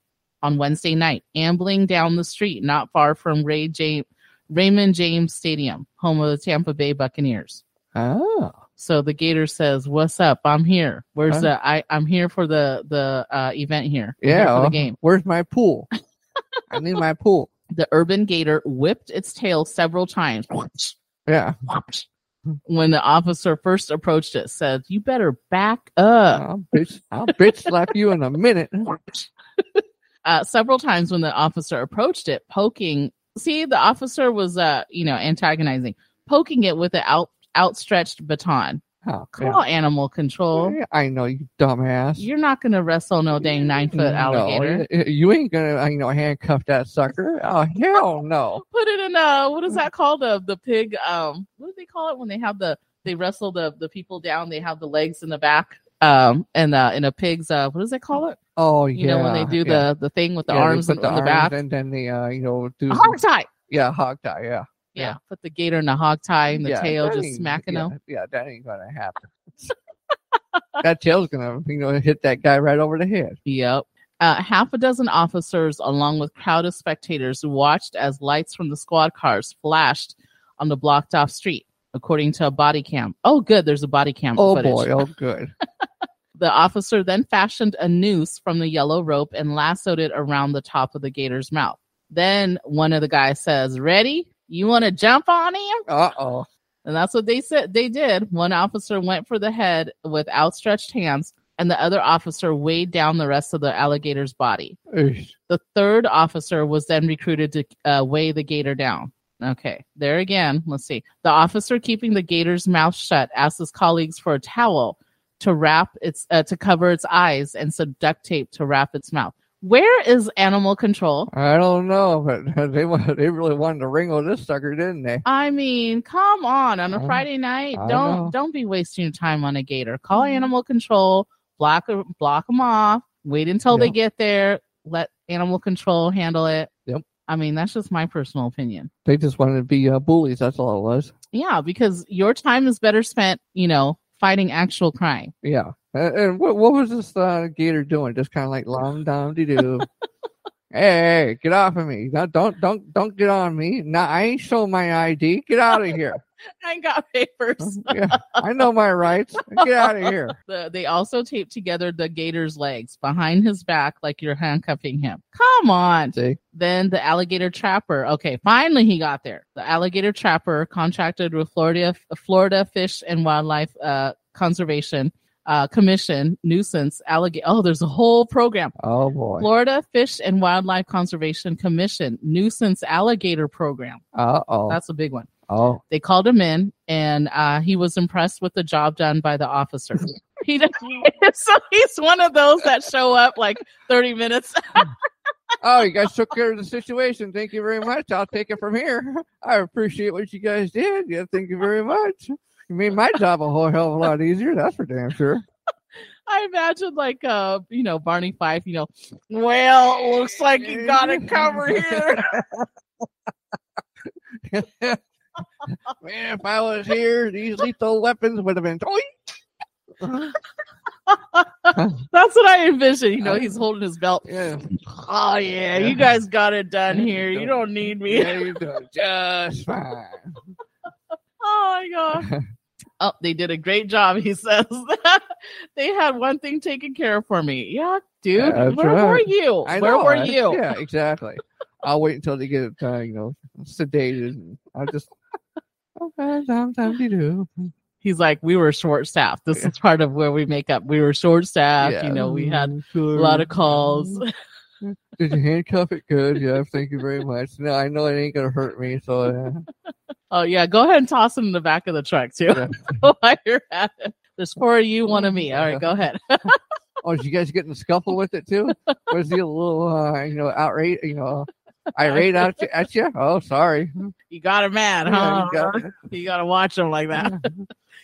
[SPEAKER 1] on Wednesday night, ambling down the street not far from Ray James, Raymond James Stadium, home of the Tampa Bay Buccaneers.
[SPEAKER 2] Oh.
[SPEAKER 1] So the gator says, "What's up? I'm here. Where's
[SPEAKER 2] Huh?
[SPEAKER 1] the I? I'm here for the the uh, event here. I'm here
[SPEAKER 2] Yeah.
[SPEAKER 1] for the
[SPEAKER 2] well,
[SPEAKER 1] game."
[SPEAKER 2] Where's my pool? I need my pool.
[SPEAKER 1] The urban gator whipped its tail several times. Whoosh, [LAUGHS]
[SPEAKER 2] Yeah.
[SPEAKER 1] whoosh. When the officer first approached it, said, "You better back up."
[SPEAKER 2] I'll bitch I'll bitch slap you in
[SPEAKER 1] [LAUGHS]
[SPEAKER 2] a minute. Oh,
[SPEAKER 1] Uh, several times when the officer approached it, poking. See, the officer was uh, you know, antagonizing, poking it with an out outstretched baton.
[SPEAKER 2] Oh,
[SPEAKER 1] Come
[SPEAKER 2] yeah.
[SPEAKER 1] on, animal control.
[SPEAKER 2] Yeah, I know you dumbass.
[SPEAKER 1] You're not gonna wrestle no dang nine foot
[SPEAKER 2] No,
[SPEAKER 1] alligator.
[SPEAKER 2] you- you ain't gonna, you know, handcuff that sucker. Oh hell no!
[SPEAKER 1] put it in uh what
[SPEAKER 2] Mm-hmm.
[SPEAKER 1] is that called the the pig um what do they call it when they have the they wrestle the the people down they have the legs in the back um and uh in a pig's uh what does they call it
[SPEAKER 2] Oh yeah.
[SPEAKER 1] you know when they do
[SPEAKER 2] yeah.
[SPEAKER 1] the the thing with the
[SPEAKER 2] Yeah, they
[SPEAKER 1] arms
[SPEAKER 2] put
[SPEAKER 1] in, on the back
[SPEAKER 2] arms and then the uh, you know,
[SPEAKER 1] [LAUGHS]
[SPEAKER 2] do
[SPEAKER 1] A hog tie
[SPEAKER 2] yeah, hog tie, yeah,
[SPEAKER 1] yeah.
[SPEAKER 2] Yeah.
[SPEAKER 1] put the gator in the hog tie and the
[SPEAKER 2] Yeah,
[SPEAKER 1] tail
[SPEAKER 2] that
[SPEAKER 1] just
[SPEAKER 2] ain't-
[SPEAKER 1] smacking
[SPEAKER 2] yeah,
[SPEAKER 1] them
[SPEAKER 2] Yeah, that ain't gonna happen.
[SPEAKER 1] [LAUGHS]
[SPEAKER 2] that tail's gonna, you know, hit that guy right over the head.
[SPEAKER 1] yep uh, half a dozen officers along with crowded spectators watched as lights from the squad cars flashed on the blocked off street according to a body cam oh good there's a body cam
[SPEAKER 2] Oh
[SPEAKER 1] footage.
[SPEAKER 2] boy, oh
[SPEAKER 1] [LAUGHS]
[SPEAKER 2] good.
[SPEAKER 1] The officer then fashioned a noose from the yellow rope and lassoed it around the top of the gator's mouth. Then one of the guys says, Ready? You want to jump on him?
[SPEAKER 2] Uh oh.
[SPEAKER 1] And that's what they said they did. One officer went for the head with outstretched hands, and the other officer weighed down the rest of the alligator's body. The third officer was then recruited to uh, weigh the gator down. Okay, there again. Let's see. The officer keeping the gator's mouth shut asked his colleagues for a towel to wrap its uh, to cover its eyes and some duct tape to wrap its mouth. Where is animal control?
[SPEAKER 2] I don't know, but [LAUGHS] they wa- they really wanted to wrangle this sucker, didn't they?
[SPEAKER 1] I mean, come on on a
[SPEAKER 2] I-
[SPEAKER 1] Friday night.
[SPEAKER 2] I
[SPEAKER 1] Don't
[SPEAKER 2] know.
[SPEAKER 1] don't be wasting your time on a gator. Call animal control. Block block them off. Wait until they
[SPEAKER 2] Yep.
[SPEAKER 1] get there. Let animal control handle it.
[SPEAKER 2] Yep.
[SPEAKER 1] I mean, that's just my personal opinion.
[SPEAKER 2] They just wanted to be uh, bullies. That's all it was.
[SPEAKER 1] Yeah, because your time is better spent, you know, fighting actual crime.
[SPEAKER 2] Yeah. And, and what what was this uh, gator doing? Just kind of like lom dom
[SPEAKER 1] [LAUGHS]
[SPEAKER 2] de doo. Hey, get off of me! No, don't don't don't get on me! No, I ain't show my ID. Get out of here!
[SPEAKER 1] [LAUGHS] I got papers.
[SPEAKER 2] Yeah, I know my rights. Get out of here!
[SPEAKER 1] Mm-hmm. The, they also taped together the gator's legs behind his back like you're handcuffing him. Come on.
[SPEAKER 2] See,
[SPEAKER 1] Then the alligator trapper. Okay, finally he got there. The alligator trapper contracted with Florida Florida Fish and Wildlife uh, Conservation uh, Commission nuisance alligator. Oh, there's a whole program.
[SPEAKER 2] oh boy,
[SPEAKER 1] Florida Fish and Wildlife Conservation Commission nuisance alligator program.
[SPEAKER 2] uh oh,
[SPEAKER 1] That's a big one.
[SPEAKER 2] oh,
[SPEAKER 1] They called him in, and uh, he was impressed with the job done by the officer. he did, [LAUGHS] so he's one of those that show up like thirty minutes.
[SPEAKER 2] oh! You guys took care of the situation. Thank you very much. I'll take it from here. [LAUGHS] I appreciate what you guys did. Yeah, thank you very much. You made my job a whole hell of a lot easier. That's for damn sure.
[SPEAKER 1] I imagine like uh, you know Barney Fife. You know, well, looks like you got it covered [LAUGHS] here.
[SPEAKER 2] Man, if I was here, these lethal weapons would have been. Oink!
[SPEAKER 1] That's what I envision. You know, he's holding his belt.
[SPEAKER 2] Yeah,
[SPEAKER 1] Oh yeah, you guys got it done here. You don't need me.
[SPEAKER 2] yeah, you're doing just fine.
[SPEAKER 1] Oh my
[SPEAKER 2] [LAUGHS]
[SPEAKER 1] god. oh, they did a great job, he [LAUGHS] says. they had one thing taken care of for me. Yeah, dude.
[SPEAKER 2] Yeah, that's
[SPEAKER 1] where
[SPEAKER 2] right.
[SPEAKER 1] were you?
[SPEAKER 2] I
[SPEAKER 1] where
[SPEAKER 2] know,
[SPEAKER 1] were
[SPEAKER 2] right?
[SPEAKER 1] you?
[SPEAKER 2] Yeah, exactly. I'll wait until they get, uh, you know, sedated. And I'll just. [LAUGHS] Okay, sometimes you do.
[SPEAKER 1] He's like, We were short staffed. This is part of where we make up. We were short staffed. You know, we had
[SPEAKER 2] Mm,
[SPEAKER 1] a lot of calls.
[SPEAKER 2] Mm-hmm. Did you handcuff it good? Yeah, thank you very much. No, I know it ain't gonna hurt me, so uh,
[SPEAKER 1] [LAUGHS] Oh yeah, go ahead and toss him in the back of the truck too. [LAUGHS]
[SPEAKER 2] Yeah.
[SPEAKER 1] While you're at it. There's four of you, one of me. All right,
[SPEAKER 2] Yeah.
[SPEAKER 1] go ahead. [LAUGHS]
[SPEAKER 2] Oh, did you guys get in a scuffle with it too? Was he a little, uh, you know, outrage, you know, irate out you- at you. Oh, sorry.
[SPEAKER 1] You got him mad,
[SPEAKER 2] Yeah,
[SPEAKER 1] huh? [LAUGHS]
[SPEAKER 2] you got-
[SPEAKER 1] you got to watch him like
[SPEAKER 2] [LAUGHS]
[SPEAKER 1] that.
[SPEAKER 2] Did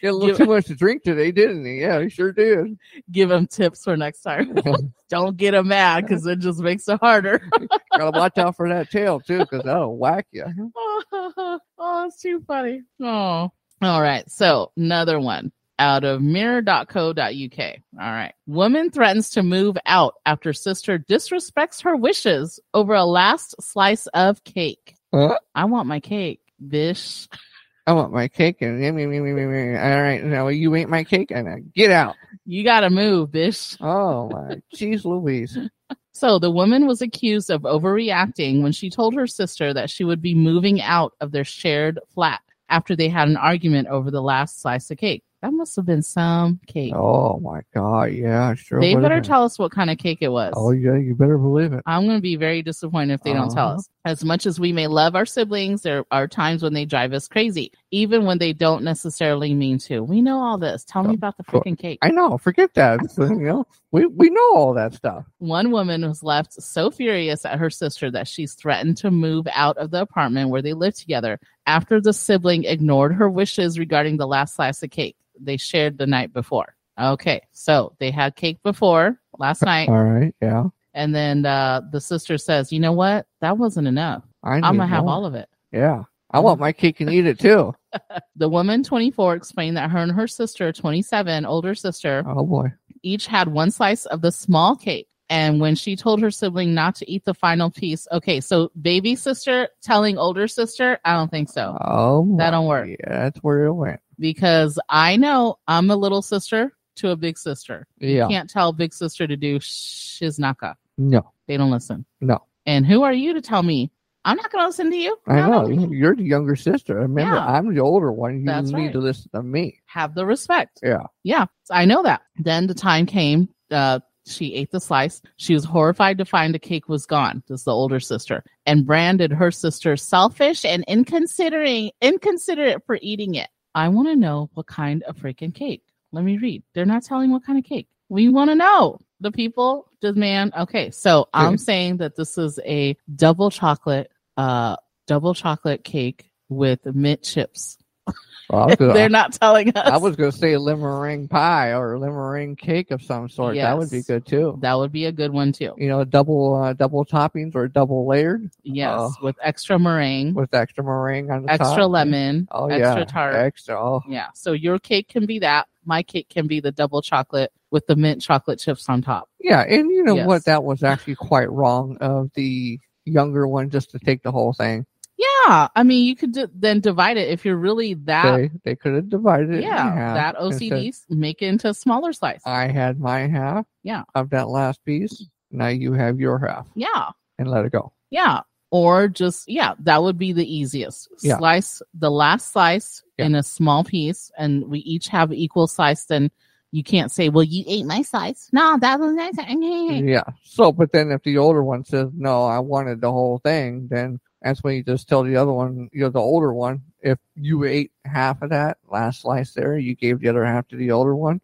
[SPEAKER 2] a little
[SPEAKER 1] Uh-huh. You-
[SPEAKER 2] too much to drink today, didn't he? Yeah, he sure did.
[SPEAKER 1] Give him tips for next time.
[SPEAKER 2] [LAUGHS]
[SPEAKER 1] Don't get him mad because it just makes it harder.
[SPEAKER 2] Gotta watch out for that tail too, because that'll whack you.
[SPEAKER 1] [LAUGHS] oh, it's too funny. Oh. All right. So another one out of mirror.co.uk. All right. Woman threatens to move out after sister disrespects her wishes over a last slice of cake.
[SPEAKER 2] Huh?
[SPEAKER 1] I want my cake, bish.
[SPEAKER 2] I want my cake and yum, yum, yum, yum, yum, yum. all right, now you ate my cake and I get out.
[SPEAKER 1] You got to move, bish.
[SPEAKER 2] Oh my, jeez, Louise.
[SPEAKER 1] So the woman was accused of overreacting when she told her sister that she would be moving out of their shared flat after they had an argument over the last slice of cake. That must have been some cake.
[SPEAKER 2] Oh my God, yeah, sure.
[SPEAKER 1] they
[SPEAKER 2] would've
[SPEAKER 1] better
[SPEAKER 2] been.
[SPEAKER 1] tell us what kind of cake it was.
[SPEAKER 2] Oh yeah, you better believe it.
[SPEAKER 1] I'm going to be very disappointed if they don't tell
[SPEAKER 2] Uh-huh.
[SPEAKER 1] us. As much as we may love our siblings, there are times when they drive us crazy, even when they don't necessarily mean to. We know all this. Tell me
[SPEAKER 2] Of
[SPEAKER 1] about the
[SPEAKER 2] course.
[SPEAKER 1] freaking cake.
[SPEAKER 2] Uh, I know. Forget [LAUGHS] that. It's, you know, we we know all that stuff.
[SPEAKER 1] One woman was left so furious at her sister that she's threatened to move out of the apartment where they lived together after the sibling ignored her wishes regarding the last slice of cake they shared the night before. Okay, so they had cake before last night,
[SPEAKER 2] All right, yeah.
[SPEAKER 1] and then uh, the sister says, "You know what? That wasn't enough.
[SPEAKER 2] I
[SPEAKER 1] I'm
[SPEAKER 2] need
[SPEAKER 1] gonna have
[SPEAKER 2] more.
[SPEAKER 1] all of it."
[SPEAKER 2] Yeah, I want my cake and eat it too.
[SPEAKER 1] The woman, 24, explained that her and her sister, 27, older sister,
[SPEAKER 2] Oh boy.
[SPEAKER 1] each had one slice of the small cake. And when she told her sibling not to eat the final piece, okay, so baby sister telling older sister, I don't think so.
[SPEAKER 2] Oh,
[SPEAKER 1] That don't
[SPEAKER 2] my.
[SPEAKER 1] work.
[SPEAKER 2] Yeah, that's where it went.
[SPEAKER 1] Because I know I'm a little sister to a big sister.
[SPEAKER 2] Yeah.
[SPEAKER 1] Can't tell big sister to do shiznaka.
[SPEAKER 2] No,
[SPEAKER 1] They don't listen.
[SPEAKER 2] no.
[SPEAKER 1] And who are you to tell me? I'm not going to listen to you.
[SPEAKER 2] I
[SPEAKER 1] Not
[SPEAKER 2] know
[SPEAKER 1] at all.
[SPEAKER 2] you- you're the younger sister. Remember,
[SPEAKER 1] Yeah.
[SPEAKER 2] I'm the older one. You
[SPEAKER 1] That's
[SPEAKER 2] need
[SPEAKER 1] right.
[SPEAKER 2] to listen to
[SPEAKER 1] [LAUGHS]
[SPEAKER 2] me.
[SPEAKER 1] Have the respect.
[SPEAKER 2] Yeah.
[SPEAKER 1] Yeah, I know that. Then the time came. Uh, she ate the slice. She was horrified to find the cake was gone. This is the older sister, and branded her sister selfish and inconsidering, inconsiderate for eating it. I want to know what kind of freaking cake. Let me read. They're not telling what kind of cake. We want to know. The people, the man. Okay, so I'm
[SPEAKER 2] Okay.
[SPEAKER 1] saying that this is a double chocolate, uh, double chocolate cake with mint chips.
[SPEAKER 2] Well, I was
[SPEAKER 1] [LAUGHS]
[SPEAKER 2] gonna-
[SPEAKER 1] They're not telling us.
[SPEAKER 2] I was going to say lemurring pie or lemurring cake of some sort. That would be
[SPEAKER 1] Yes.
[SPEAKER 2] good too.
[SPEAKER 1] that would be a good one too.
[SPEAKER 2] You know, double uh, double toppings or double layered
[SPEAKER 1] Yes,
[SPEAKER 2] Oh.
[SPEAKER 1] with extra meringue,
[SPEAKER 2] with extra meringue on the top.
[SPEAKER 1] extra lemon,
[SPEAKER 2] Oh
[SPEAKER 1] extra
[SPEAKER 2] yeah,
[SPEAKER 1] tart.
[SPEAKER 2] Extra. Oh,
[SPEAKER 1] yeah. So your cake can be that. My cake can be the double chocolate with the mint chocolate chips on top.
[SPEAKER 2] yeah. And you know
[SPEAKER 1] Yes.
[SPEAKER 2] what? That was actually quite wrong of the younger one just to take the whole thing.
[SPEAKER 1] Yeah. I mean, you could d- then divide it if you're really that.
[SPEAKER 2] they they could have divided it. in
[SPEAKER 1] Ah. yeah.
[SPEAKER 2] half
[SPEAKER 1] That
[SPEAKER 2] and said,
[SPEAKER 1] OCD, make it into a smaller slice.
[SPEAKER 2] I had my half.
[SPEAKER 1] Yeah.
[SPEAKER 2] Of that last piece. Now you have your half,
[SPEAKER 1] yeah.
[SPEAKER 2] and let it go.
[SPEAKER 1] Yeah. Or just, yeah, that would be the easiest.
[SPEAKER 2] Yeah.
[SPEAKER 1] Slice the last slice
[SPEAKER 2] Yeah.
[SPEAKER 1] in a small piece, and we each have equal slice. Then you can't say, well, you ate my slice. No, that was nice. Hmm. [LAUGHS]
[SPEAKER 2] Yeah. So, but then if the older one says, no, I wanted the whole thing, then that's when you just tell the other one, you know, the older one, if you ate half of that last slice there, you gave the other half to the older one,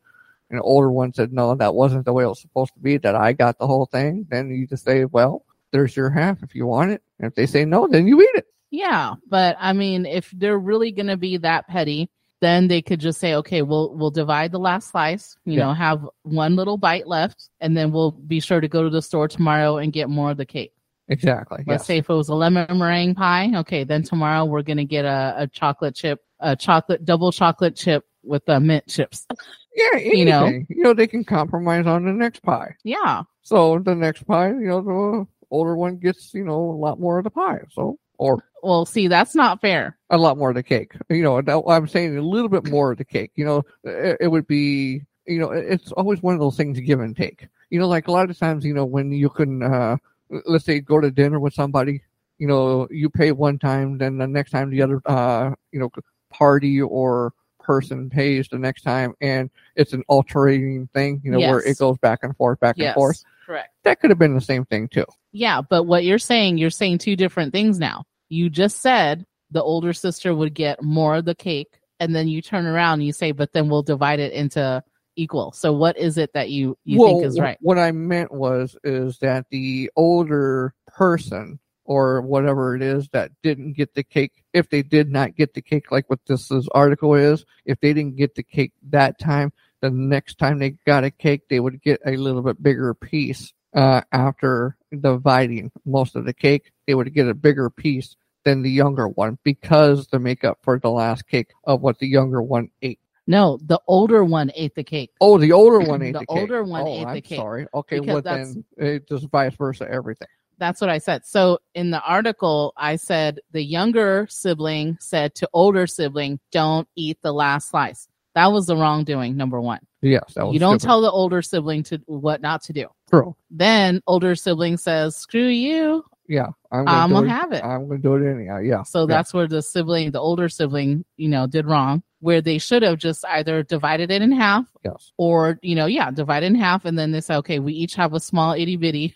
[SPEAKER 2] and the older one said, no, that wasn't the way it was supposed to be, that I got the whole thing, then you just say, well, there's your half if you want it. And if they say no, then you eat it.
[SPEAKER 1] Yeah, but I mean, if they're really going to be that petty, then they could just say, "Okay, we'll we'll divide the last slice. You
[SPEAKER 2] Yeah.
[SPEAKER 1] know, have one little bite left, and then we'll be sure to go to the store tomorrow and get more of the cake."
[SPEAKER 2] Exactly.
[SPEAKER 1] Let's
[SPEAKER 2] yes.
[SPEAKER 1] say if it was a lemon meringue pie, okay, then tomorrow we're going to get a, a chocolate chip, a chocolate double chocolate chip with the mint chips. [LAUGHS]
[SPEAKER 2] yeah, anything.
[SPEAKER 1] you know.
[SPEAKER 2] you know, they can compromise on the next pie.
[SPEAKER 1] Yeah,
[SPEAKER 2] So the next pie, you know, the older one gets, you know, a lot more of the pie. So, or
[SPEAKER 1] well, see, that's not fair.
[SPEAKER 2] a lot more of the cake. You know, and that- I'm saying a little bit more of the cake. You know, it, it would be, you know, it- it's always one of those things give and take. You know, like a lot of times, you know, when you can, uh, let's say go to dinner with somebody, you know, you pay one time, then the next time the other, uh, you know, party or person pays the next time, and it's an alternating thing, you know, where
[SPEAKER 1] Yes.
[SPEAKER 2] it goes back and forth, back and
[SPEAKER 1] Yes,
[SPEAKER 2] forth.
[SPEAKER 1] correct.
[SPEAKER 2] That could have been the same thing too.
[SPEAKER 1] Yeah, but what you're saying, you're saying two different things now. You just said the older sister would get more of the cake, and then you turn around and you say, but then we'll divide it into equal. So what is it that you you think is
[SPEAKER 2] wh-
[SPEAKER 1] right?
[SPEAKER 2] What I meant was is that the older person or whatever it is that didn't get the cake. If they did not get the cake, like what this, this article is, if they didn't get the cake that time, the next time they got a cake, they would get a little bit bigger piece. Uh, after dividing most of the cake, they would get a bigger piece than the younger one because to make up for the last cake of what the younger one ate.
[SPEAKER 1] No, the older one ate the cake.
[SPEAKER 2] Oh, the
[SPEAKER 1] [CLEARS THROAT]
[SPEAKER 2] older one ate the,
[SPEAKER 1] The
[SPEAKER 2] cake.
[SPEAKER 1] older one
[SPEAKER 2] oh,
[SPEAKER 1] ate the
[SPEAKER 2] I'm
[SPEAKER 1] cake.
[SPEAKER 2] Sorry. Okay,
[SPEAKER 1] Because
[SPEAKER 2] well
[SPEAKER 1] that's-
[SPEAKER 2] then it just vice versa everything.
[SPEAKER 1] That's what I said. So in the article, I said the younger sibling said to older sibling, don't eat the last slice. That was the wrongdoing, number one.
[SPEAKER 2] Yes, that was
[SPEAKER 1] You don't
[SPEAKER 2] stupid.
[SPEAKER 1] tell the older sibling to what not to do.
[SPEAKER 2] True.
[SPEAKER 1] Then older sibling says, screw you,
[SPEAKER 2] Yeah, I'm gonna,
[SPEAKER 1] I'm
[SPEAKER 2] do
[SPEAKER 1] going
[SPEAKER 2] it.
[SPEAKER 1] to have it.
[SPEAKER 2] I'm gonna do it anyhow. Yeah.
[SPEAKER 1] So
[SPEAKER 2] yeah.
[SPEAKER 1] that's where the sibling, the older sibling, you know, did wrong, where they should have just either divided it in half [LAUGHS]
[SPEAKER 2] yes.
[SPEAKER 1] or, you know, yeah, divide it in half. And then they say, okay, we each have a small itty bitty.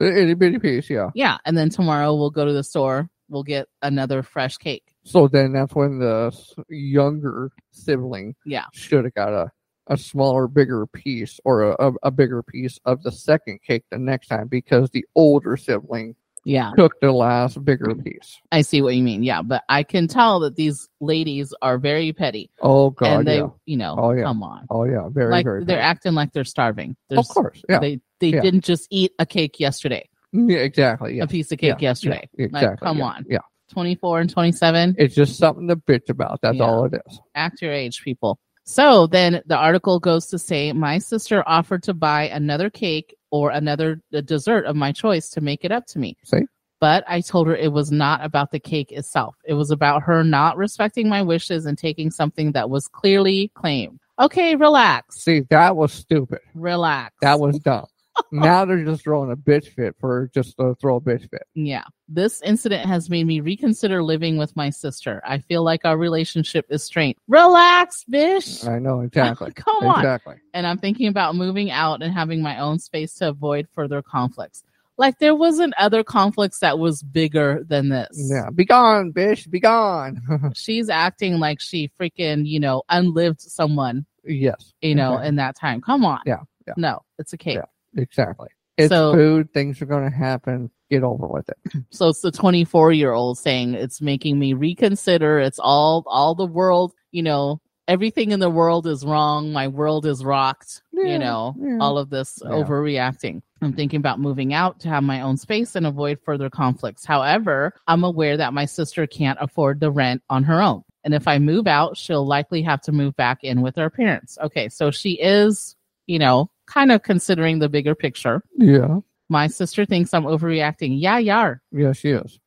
[SPEAKER 2] Itty bitty piece. Yeah.
[SPEAKER 1] yeah. And then tomorrow we'll go to the store, we'll get another fresh cake.
[SPEAKER 2] So then that's when the s- younger sibling
[SPEAKER 1] Yeah.
[SPEAKER 2] should have got a a smaller, bigger piece or a, a, a bigger piece of the second cake the next time because the older sibling
[SPEAKER 1] Yeah.
[SPEAKER 2] took the last bigger piece.
[SPEAKER 1] I see what you mean. Yeah. But I can tell that these ladies are very petty
[SPEAKER 2] Oh God.
[SPEAKER 1] and they,
[SPEAKER 2] yeah.
[SPEAKER 1] you know,
[SPEAKER 2] Oh, yeah.
[SPEAKER 1] come on.
[SPEAKER 2] Oh yeah. Very
[SPEAKER 1] like
[SPEAKER 2] very.
[SPEAKER 1] they're
[SPEAKER 2] bad.
[SPEAKER 1] acting like they're starving.
[SPEAKER 2] Of
[SPEAKER 1] There's-
[SPEAKER 2] course. Yeah.
[SPEAKER 1] They, they
[SPEAKER 2] Yeah.
[SPEAKER 1] didn't just eat a cake yesterday,
[SPEAKER 2] Yeah, exactly. Yeah.
[SPEAKER 1] a piece of cake
[SPEAKER 2] Yeah,
[SPEAKER 1] yesterday.
[SPEAKER 2] yeah,
[SPEAKER 1] Like,
[SPEAKER 2] exactly.
[SPEAKER 1] come
[SPEAKER 2] yeah,
[SPEAKER 1] on.
[SPEAKER 2] Yeah.
[SPEAKER 1] 24 and 27.
[SPEAKER 2] It's just something to bitch about. That's
[SPEAKER 1] Yeah.
[SPEAKER 2] all it is.
[SPEAKER 1] act your age, people. So then the article goes to say, My sister offered to buy another cake or another d- dessert of my choice to make it up to me.
[SPEAKER 2] See?
[SPEAKER 1] But I told her it was not about the cake itself. It was about her not respecting my wishes and taking something that was clearly claimed. Okay, relax.
[SPEAKER 2] See, that was stupid.
[SPEAKER 1] Relax. [LAUGHS]
[SPEAKER 2] That was dumb. now they're just throwing a bitch fit for just to throw a bitch fit.
[SPEAKER 1] Yeah. This incident has made me reconsider living with my sister. I feel like our relationship is strained. Relax, bish.
[SPEAKER 2] I know exactly.
[SPEAKER 1] [LAUGHS] Come on.
[SPEAKER 2] exactly.
[SPEAKER 1] and I'm thinking about moving out and having my own space to avoid further conflicts. Like there wasn't other conflicts that was bigger than this.
[SPEAKER 2] Yeah. Be gone, bitch. Be gone. [LAUGHS]
[SPEAKER 1] She's acting like she freaking, you know, unlived someone,
[SPEAKER 2] yes.
[SPEAKER 1] you know,
[SPEAKER 2] Exactly.
[SPEAKER 1] in that time. Come on.
[SPEAKER 2] Yeah, yeah.
[SPEAKER 1] No, it's a cake.
[SPEAKER 2] Yeah. exactly. It's
[SPEAKER 1] So-
[SPEAKER 2] food. Things are going to happen. Get over with it.
[SPEAKER 1] So it's the 24 year old saying it's making me reconsider. It's all, all the world, you know, everything in the world is wrong. My world is rocked,
[SPEAKER 2] Yeah,
[SPEAKER 1] you know,
[SPEAKER 2] yeah.
[SPEAKER 1] all of this
[SPEAKER 2] Yeah.
[SPEAKER 1] overreacting. I'm thinking about moving out to have my own space and avoid further conflicts. However, I'm aware that my sister can't afford the rent on her own. And if I move out, she'll likely have to move back in with her parents. Okay. So she is, you know, kind of considering the bigger picture.
[SPEAKER 2] Yeah.
[SPEAKER 1] My sister thinks I'm overreacting. Yeah, yar.
[SPEAKER 2] Yeah, she is.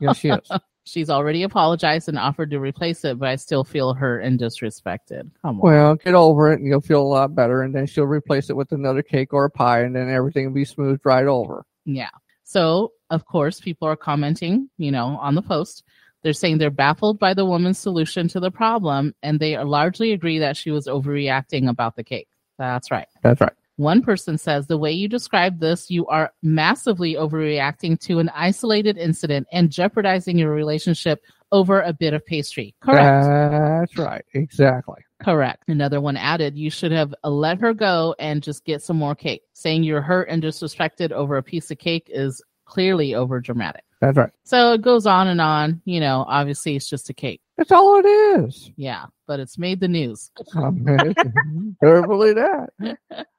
[SPEAKER 2] Yeah,
[SPEAKER 1] [LAUGHS]
[SPEAKER 2] she is.
[SPEAKER 1] She's already apologized and offered to replace it, but I still feel hurt and disrespected. Come on.
[SPEAKER 2] Well, get over it and you'll feel a lot better. And then she'll replace it with another cake or a pie and then everything will be smoothed right over.
[SPEAKER 1] Yeah. So, of course, people are commenting, you know, on the post. They're saying they're baffled by the woman's solution to the problem, and they are largely agree that she was overreacting about the cake. That's right.
[SPEAKER 2] That's right.
[SPEAKER 1] One person says, the way you describe this, you are massively overreacting to an isolated incident and jeopardizing your relationship over a bit of pastry. Correct.
[SPEAKER 2] That's right. Exactly.
[SPEAKER 1] Correct. Another one added, you should have uh, let her go and just get some more cake. Saying you're hurt and disrespected over a piece of cake is clearly over dramatic.
[SPEAKER 2] That's right.
[SPEAKER 1] So it goes on and on. You know, obviously it's just a cake.
[SPEAKER 2] That's all it is.
[SPEAKER 1] Yeah, but it's made the news.
[SPEAKER 2] I mean, [LAUGHS] verbally that.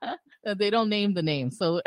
[SPEAKER 1] Uh, they don't name the name. So [LAUGHS]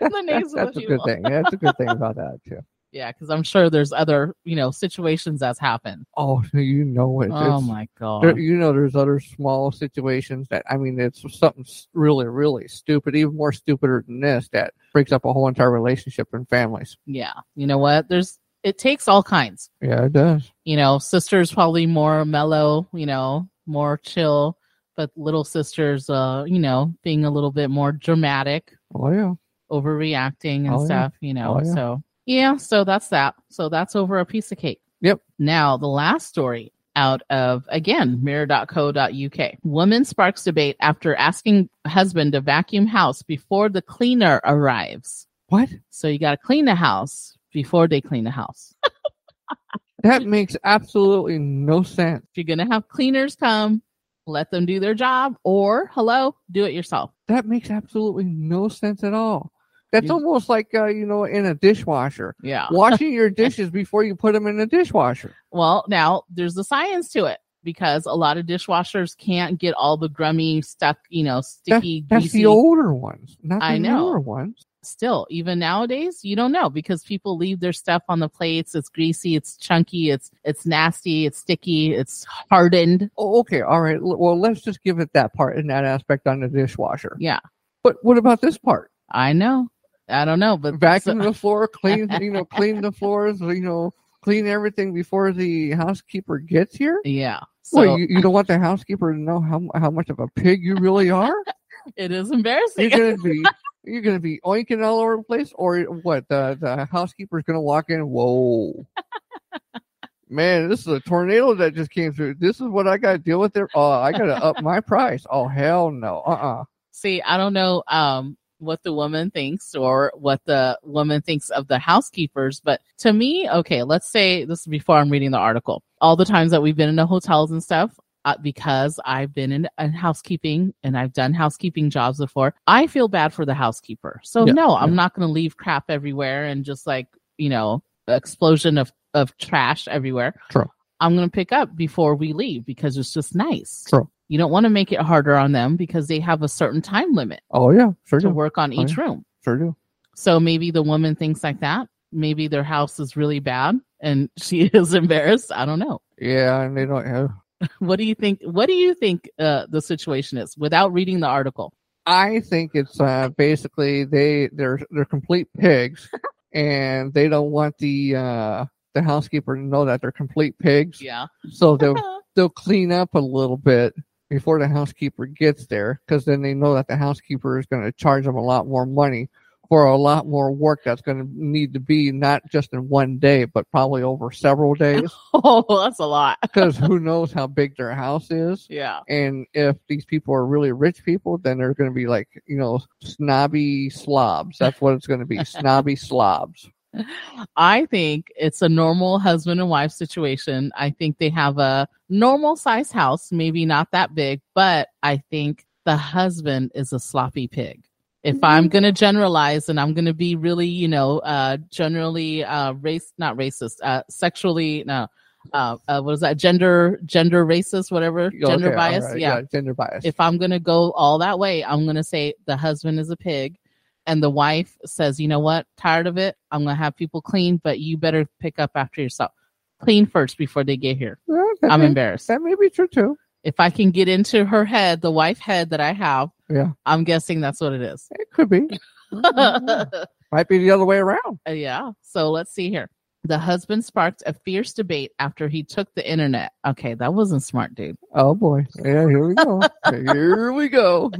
[SPEAKER 1] the names of
[SPEAKER 2] That's
[SPEAKER 1] the
[SPEAKER 2] a good
[SPEAKER 1] people.
[SPEAKER 2] thing. That's a good thing about that too.
[SPEAKER 1] Yeah, because I'm sure there's other, you know, situations that's happened.
[SPEAKER 2] Oh, so you know it.
[SPEAKER 1] oh
[SPEAKER 2] It's-
[SPEAKER 1] my God.
[SPEAKER 2] there- you know, there's other small situations that I mean, it's something s- really, really stupid, even more stupider than this that breaks up a whole entire relationship and families.
[SPEAKER 1] yeah. You know what? There's, it takes all kinds.
[SPEAKER 2] Yeah, it does.
[SPEAKER 1] you know, sister's probably more mellow, you know, more chill, but little sister's, uh, you know, being a little bit more dramatic,
[SPEAKER 2] Oh yeah.
[SPEAKER 1] overreacting and
[SPEAKER 2] Oh, yeah.
[SPEAKER 1] stuff, you know.
[SPEAKER 2] Oh, yeah.
[SPEAKER 1] So, yeah, so that's that. So that's over a piece of cake.
[SPEAKER 2] Yep.
[SPEAKER 1] Now, the last story out of again mirror.co.uk. Woman sparks debate after asking husband to vacuum house before the cleaner arrives.
[SPEAKER 2] What?
[SPEAKER 1] So you got to clean the house before they clean the house.
[SPEAKER 2] That makes absolutely no sense.
[SPEAKER 1] if you're going to have cleaners come, let them do their job or hello, do it yourself.
[SPEAKER 2] That makes absolutely no sense at all. That's
[SPEAKER 1] You-
[SPEAKER 2] almost like uh, you know in a dishwasher.
[SPEAKER 1] Yeah.
[SPEAKER 2] Washing [LAUGHS] your dishes before you put them in the dishwasher.
[SPEAKER 1] Well, now there's the science to it because a lot of dishwashers can't get all the grummy, stuck, you know, sticky,
[SPEAKER 2] That's
[SPEAKER 1] greasy.
[SPEAKER 2] the older ones, not the
[SPEAKER 1] I know.
[SPEAKER 2] newer ones.
[SPEAKER 1] Still, even nowadays, you don't know because people leave their stuff on the plates. It's greasy, it's chunky, it's it's nasty, it's sticky, it's hardened.
[SPEAKER 2] Oh, okay, all right. L- Well, let's just give it that part in that aspect on the dishwasher.
[SPEAKER 1] Yeah.
[SPEAKER 2] But what about this part?
[SPEAKER 1] I know. I don't know, but
[SPEAKER 2] Vacuum the floor, [LAUGHS] clean you know, clean the floors, you know, clean everything before the housekeeper gets here.
[SPEAKER 1] yeah. So
[SPEAKER 2] well, you, you don't want the housekeeper to know how how much of a pig you really are.
[SPEAKER 1] it is
[SPEAKER 2] You're
[SPEAKER 1] embarrassing.
[SPEAKER 2] gonna be you're gonna be oinking all over the place, or what? The the housekeeper's gonna walk in. Whoa, man, this is a tornado that just came through. This is what I gotta deal with. There, oh, I gotta up my price. Oh hell no, uh uh
[SPEAKER 1] See, I don't know um, what the woman thinks or what the woman thinks of the housekeepers, but to me, okay, let's say this is before I'm reading the article. All the times that we've been in the hotels and stuff, uh, because I've been in, in housekeeping and I've done housekeeping jobs before, I feel bad for the housekeeper. So
[SPEAKER 2] Yeah,
[SPEAKER 1] no, I'm
[SPEAKER 2] yeah.
[SPEAKER 1] not going to leave crap everywhere and just like you know explosion of of trash everywhere.
[SPEAKER 2] True.
[SPEAKER 1] I'm going to pick up before we leave because it's just nice.
[SPEAKER 2] True.
[SPEAKER 1] You don't want to make it harder on them because they have a certain time limit
[SPEAKER 2] Oh yeah, sure
[SPEAKER 1] to
[SPEAKER 2] do,
[SPEAKER 1] work on
[SPEAKER 2] Oh,
[SPEAKER 1] each room.
[SPEAKER 2] sure do.
[SPEAKER 1] So maybe the woman thinks like that. Maybe their house is really bad and [LAUGHS] she is embarrassed. I don't know.
[SPEAKER 2] Yeah, and they don't have.
[SPEAKER 1] What do you think? What do you think uh, the situation is without reading the article?
[SPEAKER 2] I think it's uh, basically they they're they're complete pigs, and they don't want the uh, the housekeeper to know that they're complete pigs.
[SPEAKER 1] Yeah.
[SPEAKER 2] So they'll they'll clean up a little bit before the housekeeper gets there because then they know that the housekeeper is going to charge them a lot more money for a lot more work that's going to need to be not just in one day but probably over
[SPEAKER 1] [LAUGHS]
[SPEAKER 2] several days
[SPEAKER 1] [LAUGHS] oh, that's a lot.
[SPEAKER 2] because who knows how big their house is
[SPEAKER 1] Yeah.
[SPEAKER 2] and if these people are really rich people then they're going to be like you know snobby slobs that's what it's going
[SPEAKER 1] [LAUGHS]
[SPEAKER 2] to be snobby slobs
[SPEAKER 1] I think it's a normal husband and wife situation. I think they have a normal size house, maybe not that big, but I think the husband is a sloppy pig.
[SPEAKER 2] Mm-hmm.
[SPEAKER 1] If I'm going to generalize and I'm going to be really, you know, uh, generally uh, race, not racist, uh, sexually, no, uh, uh, what is that? Gender, gender racist, whatever, gender
[SPEAKER 2] Okay, all
[SPEAKER 1] bias.
[SPEAKER 2] right,
[SPEAKER 1] yeah.
[SPEAKER 2] gender bias
[SPEAKER 1] If I'm going to go all that way, I'm going to say the husband is a pig and the wife says, you know what, tired of it. I'm going to have people clean, but you better pick up after yourself. Clean first before they get here.
[SPEAKER 2] Yeah, that
[SPEAKER 1] I'm
[SPEAKER 2] may-
[SPEAKER 1] embarrassed.
[SPEAKER 2] that may be true too
[SPEAKER 1] If I can get into her head, the wife head that I have,
[SPEAKER 2] Yeah.
[SPEAKER 1] I'm guessing that's what it is. [LAUGHS]
[SPEAKER 2] It could be. Might be the other way around.
[SPEAKER 1] Uh, yeah. So let's see here. The husband sparked a fierce debate after he took the internet. Okay, that wasn't smart, dude.
[SPEAKER 2] Oh boy. Yeah, here
[SPEAKER 1] [LAUGHS]
[SPEAKER 2] we go. here we go.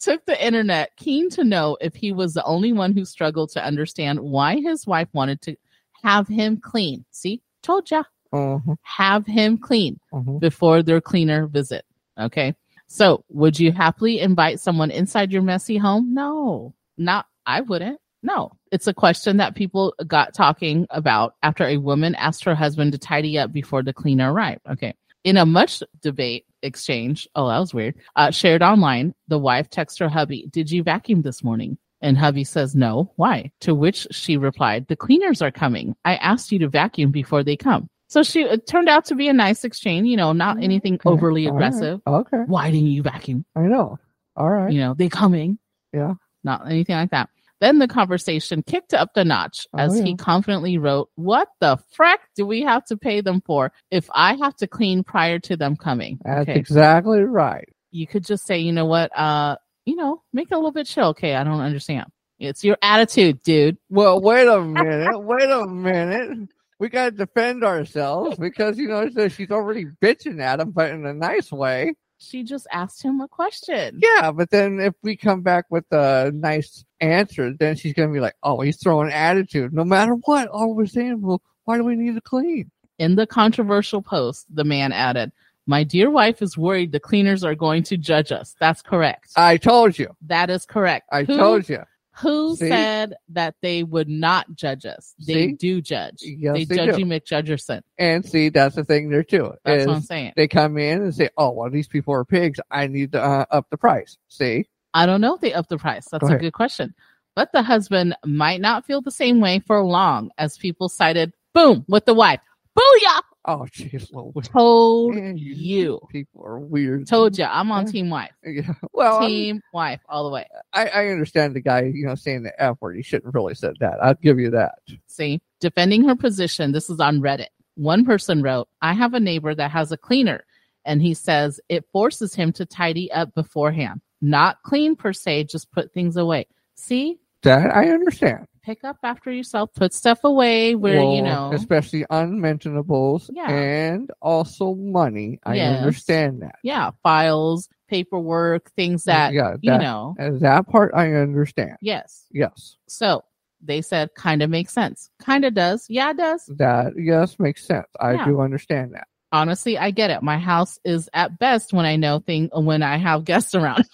[SPEAKER 1] took the internet, keen to know if he was the only one who struggled to understand why his wife wanted to have him clean. See, told ya,
[SPEAKER 2] Uh-huh,
[SPEAKER 1] have him clean
[SPEAKER 2] uh-huh.
[SPEAKER 1] before their cleaner visit. Okay. So, would you happily invite someone inside your messy home? No, not, I wouldn't. No, it's a question that people got talking about after a woman asked her husband to tidy up before the cleaner arrived. Okay. In a much debate exchange, oh, that was weird, uh, shared online, the wife texts her hubby, Did you vacuum this morning? And hubby says, No. Why? To which she replied, The cleaners are coming. I asked you to vacuum before they come. So she, it turned out to be a nice exchange, you know, not anything
[SPEAKER 2] Okay.
[SPEAKER 1] overly
[SPEAKER 2] All right.
[SPEAKER 1] aggressive.
[SPEAKER 2] Okay.
[SPEAKER 1] Why didn't you vacuum?
[SPEAKER 2] I know. All right.
[SPEAKER 1] You know, they coming.
[SPEAKER 2] Yeah.
[SPEAKER 1] Not anything like that. Then the conversation kicked up the notch
[SPEAKER 2] Oh,
[SPEAKER 1] as he
[SPEAKER 2] yeah.
[SPEAKER 1] confidently wrote, What the frick do we have to pay them for if I have to clean prior to them coming?
[SPEAKER 2] That's exactly right.
[SPEAKER 1] you could just say, you know what, uh, you know, make it a little bit chill. Okay, I don't understand. It's your attitude, dude.
[SPEAKER 2] Well, wait a minute. wait a minute. We gotta defend ourselves because you know so she's already bitching at him, but in a nice way.
[SPEAKER 1] She just asked him a question.
[SPEAKER 2] Yeah, but then if we come back with a nice answer, then she's gonna be like, "Oh, he's throwing attitude." No matter what, all we're saying, well, why do we need to clean?
[SPEAKER 1] In the controversial post, the man added, My dear wife is worried the cleaners are going to judge us. That's correct.
[SPEAKER 2] I told you.
[SPEAKER 1] that is correct.
[SPEAKER 2] I
[SPEAKER 1] who
[SPEAKER 2] told you.
[SPEAKER 1] who
[SPEAKER 2] See?
[SPEAKER 1] said that they would not judge us? They
[SPEAKER 2] See?
[SPEAKER 1] do judge.
[SPEAKER 2] Yes,
[SPEAKER 1] they,
[SPEAKER 2] they
[SPEAKER 1] judge
[SPEAKER 2] do.
[SPEAKER 1] you, McJudgerson.
[SPEAKER 2] And see, that's the thing there too.
[SPEAKER 1] That's what I'm
[SPEAKER 2] is
[SPEAKER 1] saying.
[SPEAKER 2] they come in and say, "Oh, well, these people are pigs. I need to uh, up the price." See,
[SPEAKER 1] I don't know if they up the price. That's
[SPEAKER 2] Go
[SPEAKER 1] a
[SPEAKER 2] ahead.
[SPEAKER 1] good question. but the husband might not feel the same way for long as people sided boom with the wife. Booyah!
[SPEAKER 2] Oh, [LAUGHS] jeez, Louise.
[SPEAKER 1] Told
[SPEAKER 2] Man,
[SPEAKER 1] you.
[SPEAKER 2] people are weird.
[SPEAKER 1] Told you. I'm
[SPEAKER 2] Mm.
[SPEAKER 1] on team wife.
[SPEAKER 2] Yeah. Well, I mean,
[SPEAKER 1] team wife all the way.
[SPEAKER 2] I, I understand the guy, you know, saying the F word. He shouldn't really said that. I'll give you that.
[SPEAKER 1] See, defending her position. This is on Reddit. One person wrote, I have a neighbor that has a cleaner, and he says it forces him to tidy up beforehand. Not clean per se, just put things away. See,
[SPEAKER 2] That I understand.
[SPEAKER 1] pick up after yourself, put stuff away where, you
[SPEAKER 2] Well,
[SPEAKER 1] know,
[SPEAKER 2] especially unmentionables
[SPEAKER 1] Yeah.
[SPEAKER 2] and also money. I
[SPEAKER 1] Yes.
[SPEAKER 2] understand that.
[SPEAKER 1] yeah, files, paperwork, things that,
[SPEAKER 2] yeah, that,
[SPEAKER 1] you know,
[SPEAKER 2] and that part I understand.
[SPEAKER 1] yes.
[SPEAKER 2] Yes,
[SPEAKER 1] So they said, kind of makes sense. Kind of does. Yeah, it does.
[SPEAKER 2] that yes makes sense. I
[SPEAKER 1] Yeah.
[SPEAKER 2] do understand that.
[SPEAKER 1] Honestly, I get it. My house is at best when I know thing when I have [LAUGHS] guests around.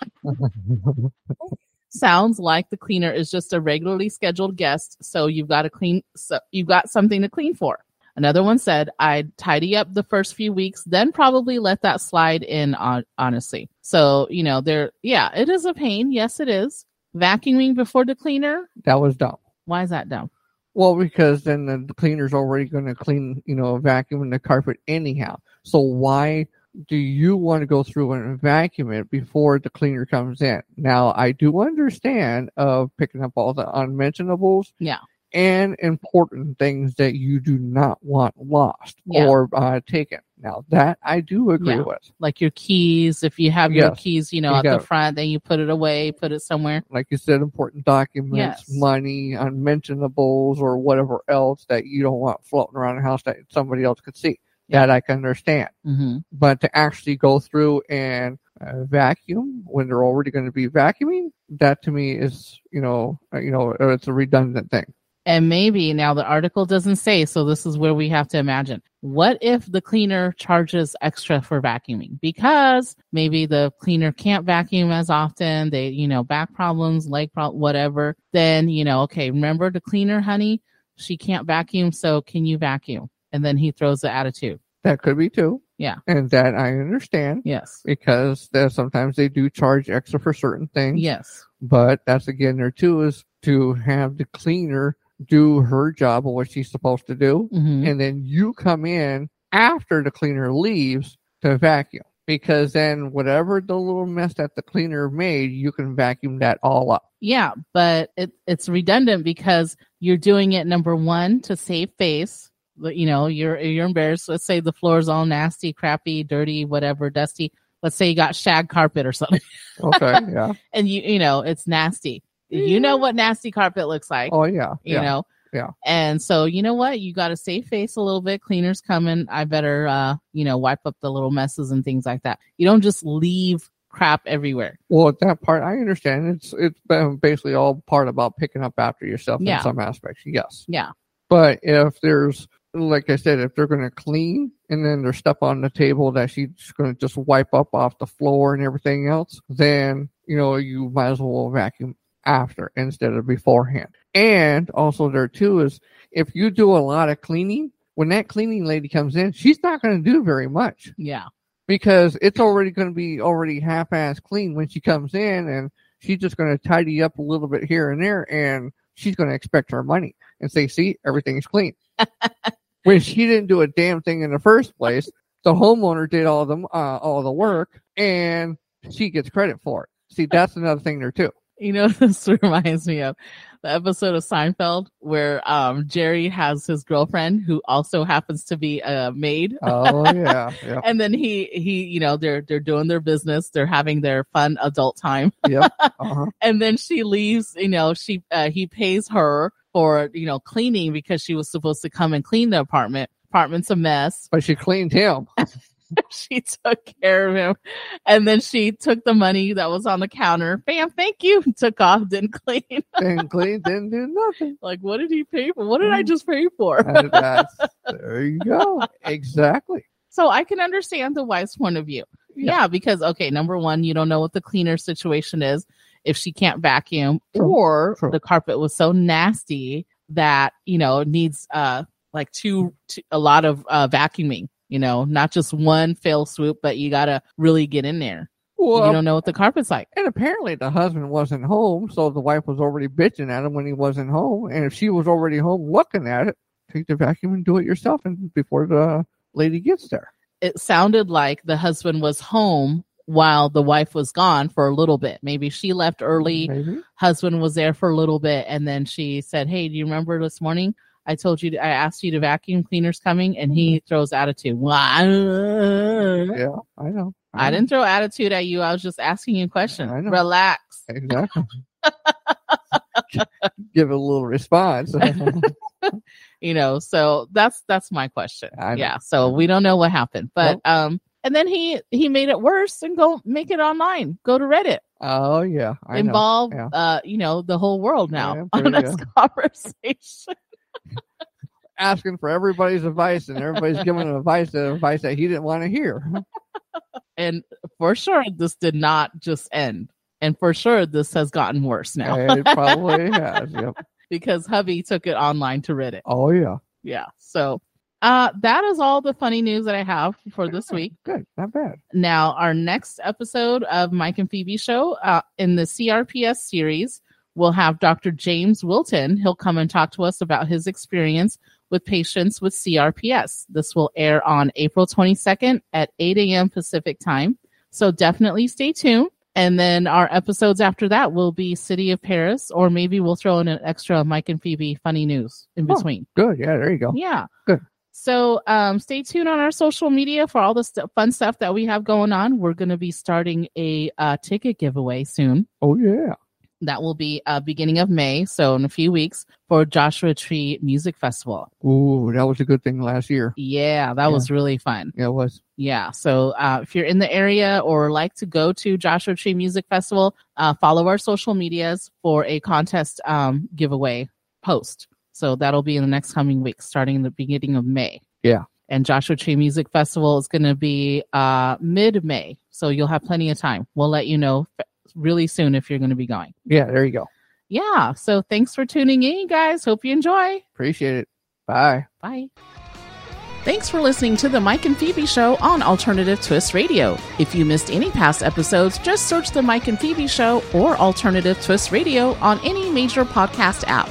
[SPEAKER 1] sounds like the cleaner is just a regularly scheduled guest, so you've got to clean so you've got something to clean for. Another one said, I'd tidy up the first few weeks, then probably let that slide in on honestly. So, you know, there yeah, it is a pain. Yes, it is. Vacuuming before the cleaner,
[SPEAKER 2] that was dumb.
[SPEAKER 1] why is that dumb?
[SPEAKER 2] Well, because then the cleaner's already going to clean, you know, vacuum the carpet anyhow. So why do you want to go through and vacuum it before the cleaner comes in? Now, I do understand of picking up all the unmentionables.
[SPEAKER 1] Yeah.
[SPEAKER 2] And important things that you do not want lost
[SPEAKER 1] Yeah.
[SPEAKER 2] or uh, taken. Now, that I do agree
[SPEAKER 1] Yeah.
[SPEAKER 2] with.
[SPEAKER 1] Like your keys, if you have your
[SPEAKER 2] Yes.
[SPEAKER 1] keys, you know,
[SPEAKER 2] You
[SPEAKER 1] at the
[SPEAKER 2] got it.
[SPEAKER 1] front, then you put it away, put it somewhere.
[SPEAKER 2] Like you said, important documents,
[SPEAKER 1] Yes.
[SPEAKER 2] money, unmentionables, or whatever else that you don't want floating around the house that somebody else could see.
[SPEAKER 1] Yeah.
[SPEAKER 2] That I can understand.
[SPEAKER 1] Mm-hmm.
[SPEAKER 2] but to actually go through and uh, vacuum when they're already going to be vacuuming that to me is you know uh, you know uh, it's a redundant thing
[SPEAKER 1] And maybe now the article doesn't say, so this is where we have to imagine. What if the cleaner charges extra for vacuuming? Because maybe the cleaner can't vacuum as often. They, you know, back problems, leg problem, whatever. Then, you know, okay, remember the cleaner, honey? She can't vacuum. So can you vacuum? And then he throws the attitude.
[SPEAKER 2] that could be too
[SPEAKER 1] Yeah.
[SPEAKER 2] and that i understand
[SPEAKER 1] Yes.
[SPEAKER 2] because there, sometimes they do charge extra for certain things
[SPEAKER 1] Yes.
[SPEAKER 2] but that's again there too is to have the cleaner do her job of what she's supposed to do
[SPEAKER 1] hmm
[SPEAKER 2] and then you come in after the cleaner leaves to vacuum because then whatever the little mess that the cleaner made you can vacuum that all up
[SPEAKER 1] Yeah. But it, it's redundant because you're doing it number one to save face. but, you know you're you're embarrassed let's say the floor's all nasty crappy dirty whatever dusty let's say you got shag carpet or [LAUGHS] something
[SPEAKER 2] okay yeah
[SPEAKER 1] and you you know it's nasty you know what nasty carpet looks like
[SPEAKER 2] oh yeah
[SPEAKER 1] you
[SPEAKER 2] yeah
[SPEAKER 1] know
[SPEAKER 2] yeah.
[SPEAKER 1] and so you know what you got to save face a little bit cleaners coming i better uh you know wipe up the little messes and things like that you don't just leave crap everywhere
[SPEAKER 2] well that part i understand it's it's been basically all part about picking up after yourself
[SPEAKER 1] Yeah.
[SPEAKER 2] in some aspects yes
[SPEAKER 1] Yeah.
[SPEAKER 2] but if there's like i said if they're going to clean and then there's stuff on the table that she's going to just wipe up off the floor and everything else then you know you might as well vacuum after instead of beforehand and also there too is if you do a lot of cleaning when that cleaning lady comes in she's not going to do very much
[SPEAKER 1] yeah
[SPEAKER 2] because it's already going to be already half-ass clean when she comes in and she's just going to tidy up a little bit here and there and she's going to expect her money and say see everything's clean when she didn't do a damn thing in the first place the homeowner did all the uh, all the work and she gets credit for it see that's another thing there too
[SPEAKER 1] You know, [LAUGHS] this reminds me of the episode of Seinfeld where um, Jerry has his girlfriend who also happens to be a maid.
[SPEAKER 2] oh yeah yeah
[SPEAKER 1] And then he, he, you know, they're, they're doing their business. They're having their fun adult time. [LAUGHS]
[SPEAKER 2] yep uh-huh.
[SPEAKER 1] And then she leaves, you know, she, uh, he pays her for, you know, cleaning because she was supposed to come and clean the apartment. Apartment's a mess. [LAUGHS]
[SPEAKER 2] but she cleaned him
[SPEAKER 1] she took care of him. And then she took the money that was on the counter. Bam, thank you. [LAUGHS] Took off, didn't clean.
[SPEAKER 2] and cleaned didn't do nothing
[SPEAKER 1] Like, what did he pay for? What did
[SPEAKER 2] Mm-hmm.
[SPEAKER 1] I just pay for?
[SPEAKER 2] And that's- there you [LAUGHS] go exactly
[SPEAKER 1] So I can understand the wife's point of view. Yeah.
[SPEAKER 2] Yeah.
[SPEAKER 1] because okay, number one, you don't know what the cleaner situation is if she can't vacuum, or
[SPEAKER 2] True.
[SPEAKER 1] the carpet was so nasty that you know it needs uh like two, two a lot of uh, vacuuming. You know, not just one fail swoop, but you gotta really get in there.
[SPEAKER 2] Well,
[SPEAKER 1] you don't know what the carpet's like.
[SPEAKER 2] and apparently the husband wasn't home, so the wife was already bitching at him when he wasn't home. And if she was already home looking at it, take the vacuum and do it yourself, and before the lady gets there.
[SPEAKER 1] It sounded like the husband was home while the wife was gone for a little bit. Maybe she left early,
[SPEAKER 2] Maybe.
[SPEAKER 1] husband was there for a little bit, and then she said, Hey, do you remember this morning? I told you, I asked you to vacuum cleaner's coming, and he throws attitude. Well, I-
[SPEAKER 2] Mm-hmm. Yeah, I know.
[SPEAKER 1] I didn't throw attitude at you. I was just asking you a question.
[SPEAKER 2] I know.
[SPEAKER 1] Relax.
[SPEAKER 2] [LAUGHS] exactly give it a
[SPEAKER 1] [LAUGHS]
[SPEAKER 2] little response.
[SPEAKER 1] you know so that's that's my question
[SPEAKER 2] I know.
[SPEAKER 1] yeah so we don't know what happened but um and then he he made it worse and go make it online go to reddit
[SPEAKER 2] oh yeah, I know.
[SPEAKER 1] involve
[SPEAKER 2] yeah.
[SPEAKER 1] uh you know the whole world now
[SPEAKER 2] Yeah,
[SPEAKER 1] [LAUGHS] on
[SPEAKER 2] there you
[SPEAKER 1] this conversation
[SPEAKER 2] asking for everybody's advice, and everybody's giving him advice, the advice that he didn't want to hear. [LAUGHS]
[SPEAKER 1] and for sure this did not just end and for sure this has gotten worse now
[SPEAKER 2] It probably has. Yep.
[SPEAKER 1] because hubby took it online to reddit
[SPEAKER 2] Oh yeah,
[SPEAKER 1] yeah so uh that is all the funny news that i have for this week
[SPEAKER 2] good, not bad.
[SPEAKER 1] Now, our next episode of Mike and Phoebe Show uh, in the CRPS series, we'll have Dr. James Wilton. He'll come and talk to us about his experience with patients with CRPS. This will air on April 22nd at 8 a.m. Pacific time. So definitely stay tuned. And then our episodes after that will be City of Paris, or maybe we'll throw in an extra Mike and Phoebe funny news in
[SPEAKER 2] Huh.
[SPEAKER 1] between.
[SPEAKER 2] Good, yeah. There you go.
[SPEAKER 1] Yeah.
[SPEAKER 2] Oh, Good.
[SPEAKER 1] So um, stay tuned on our social media for all the st- fun stuff that we have going on. We're going to be starting a uh, ticket giveaway soon.
[SPEAKER 2] Oh yeah.
[SPEAKER 1] That will be uh, beginning of May, so in a few weeks for Joshua Tree Music Festival.
[SPEAKER 2] Ooh, that was a good thing last year.
[SPEAKER 1] Yeah, that
[SPEAKER 2] Yeah.
[SPEAKER 1] was really fun.
[SPEAKER 2] Yeah, it was.
[SPEAKER 1] Yeah. So uh, if you're in the area or like to go to Joshua Tree Music Festival, uh, follow our social medias for a contest um, giveaway post. So that'll be in the next coming weeks, starting in the beginning of May.
[SPEAKER 2] Yeah.
[SPEAKER 1] And Joshua Tree Music Festival is going to be uh, mid May. So you'll have plenty of time. We'll let you know f- really soon if you're going to be going.
[SPEAKER 2] Yeah, there you go.
[SPEAKER 1] Yeah. So thanks for tuning in, you guys. Hope you enjoy.
[SPEAKER 2] Appreciate it. Bye.
[SPEAKER 1] Bye. Thanks for listening to the Mike and Phoebe Show on Alternative Twist Radio. If you missed any past episodes, just search the Mike and Phoebe Show or Alternative Twist Radio on any major podcast app.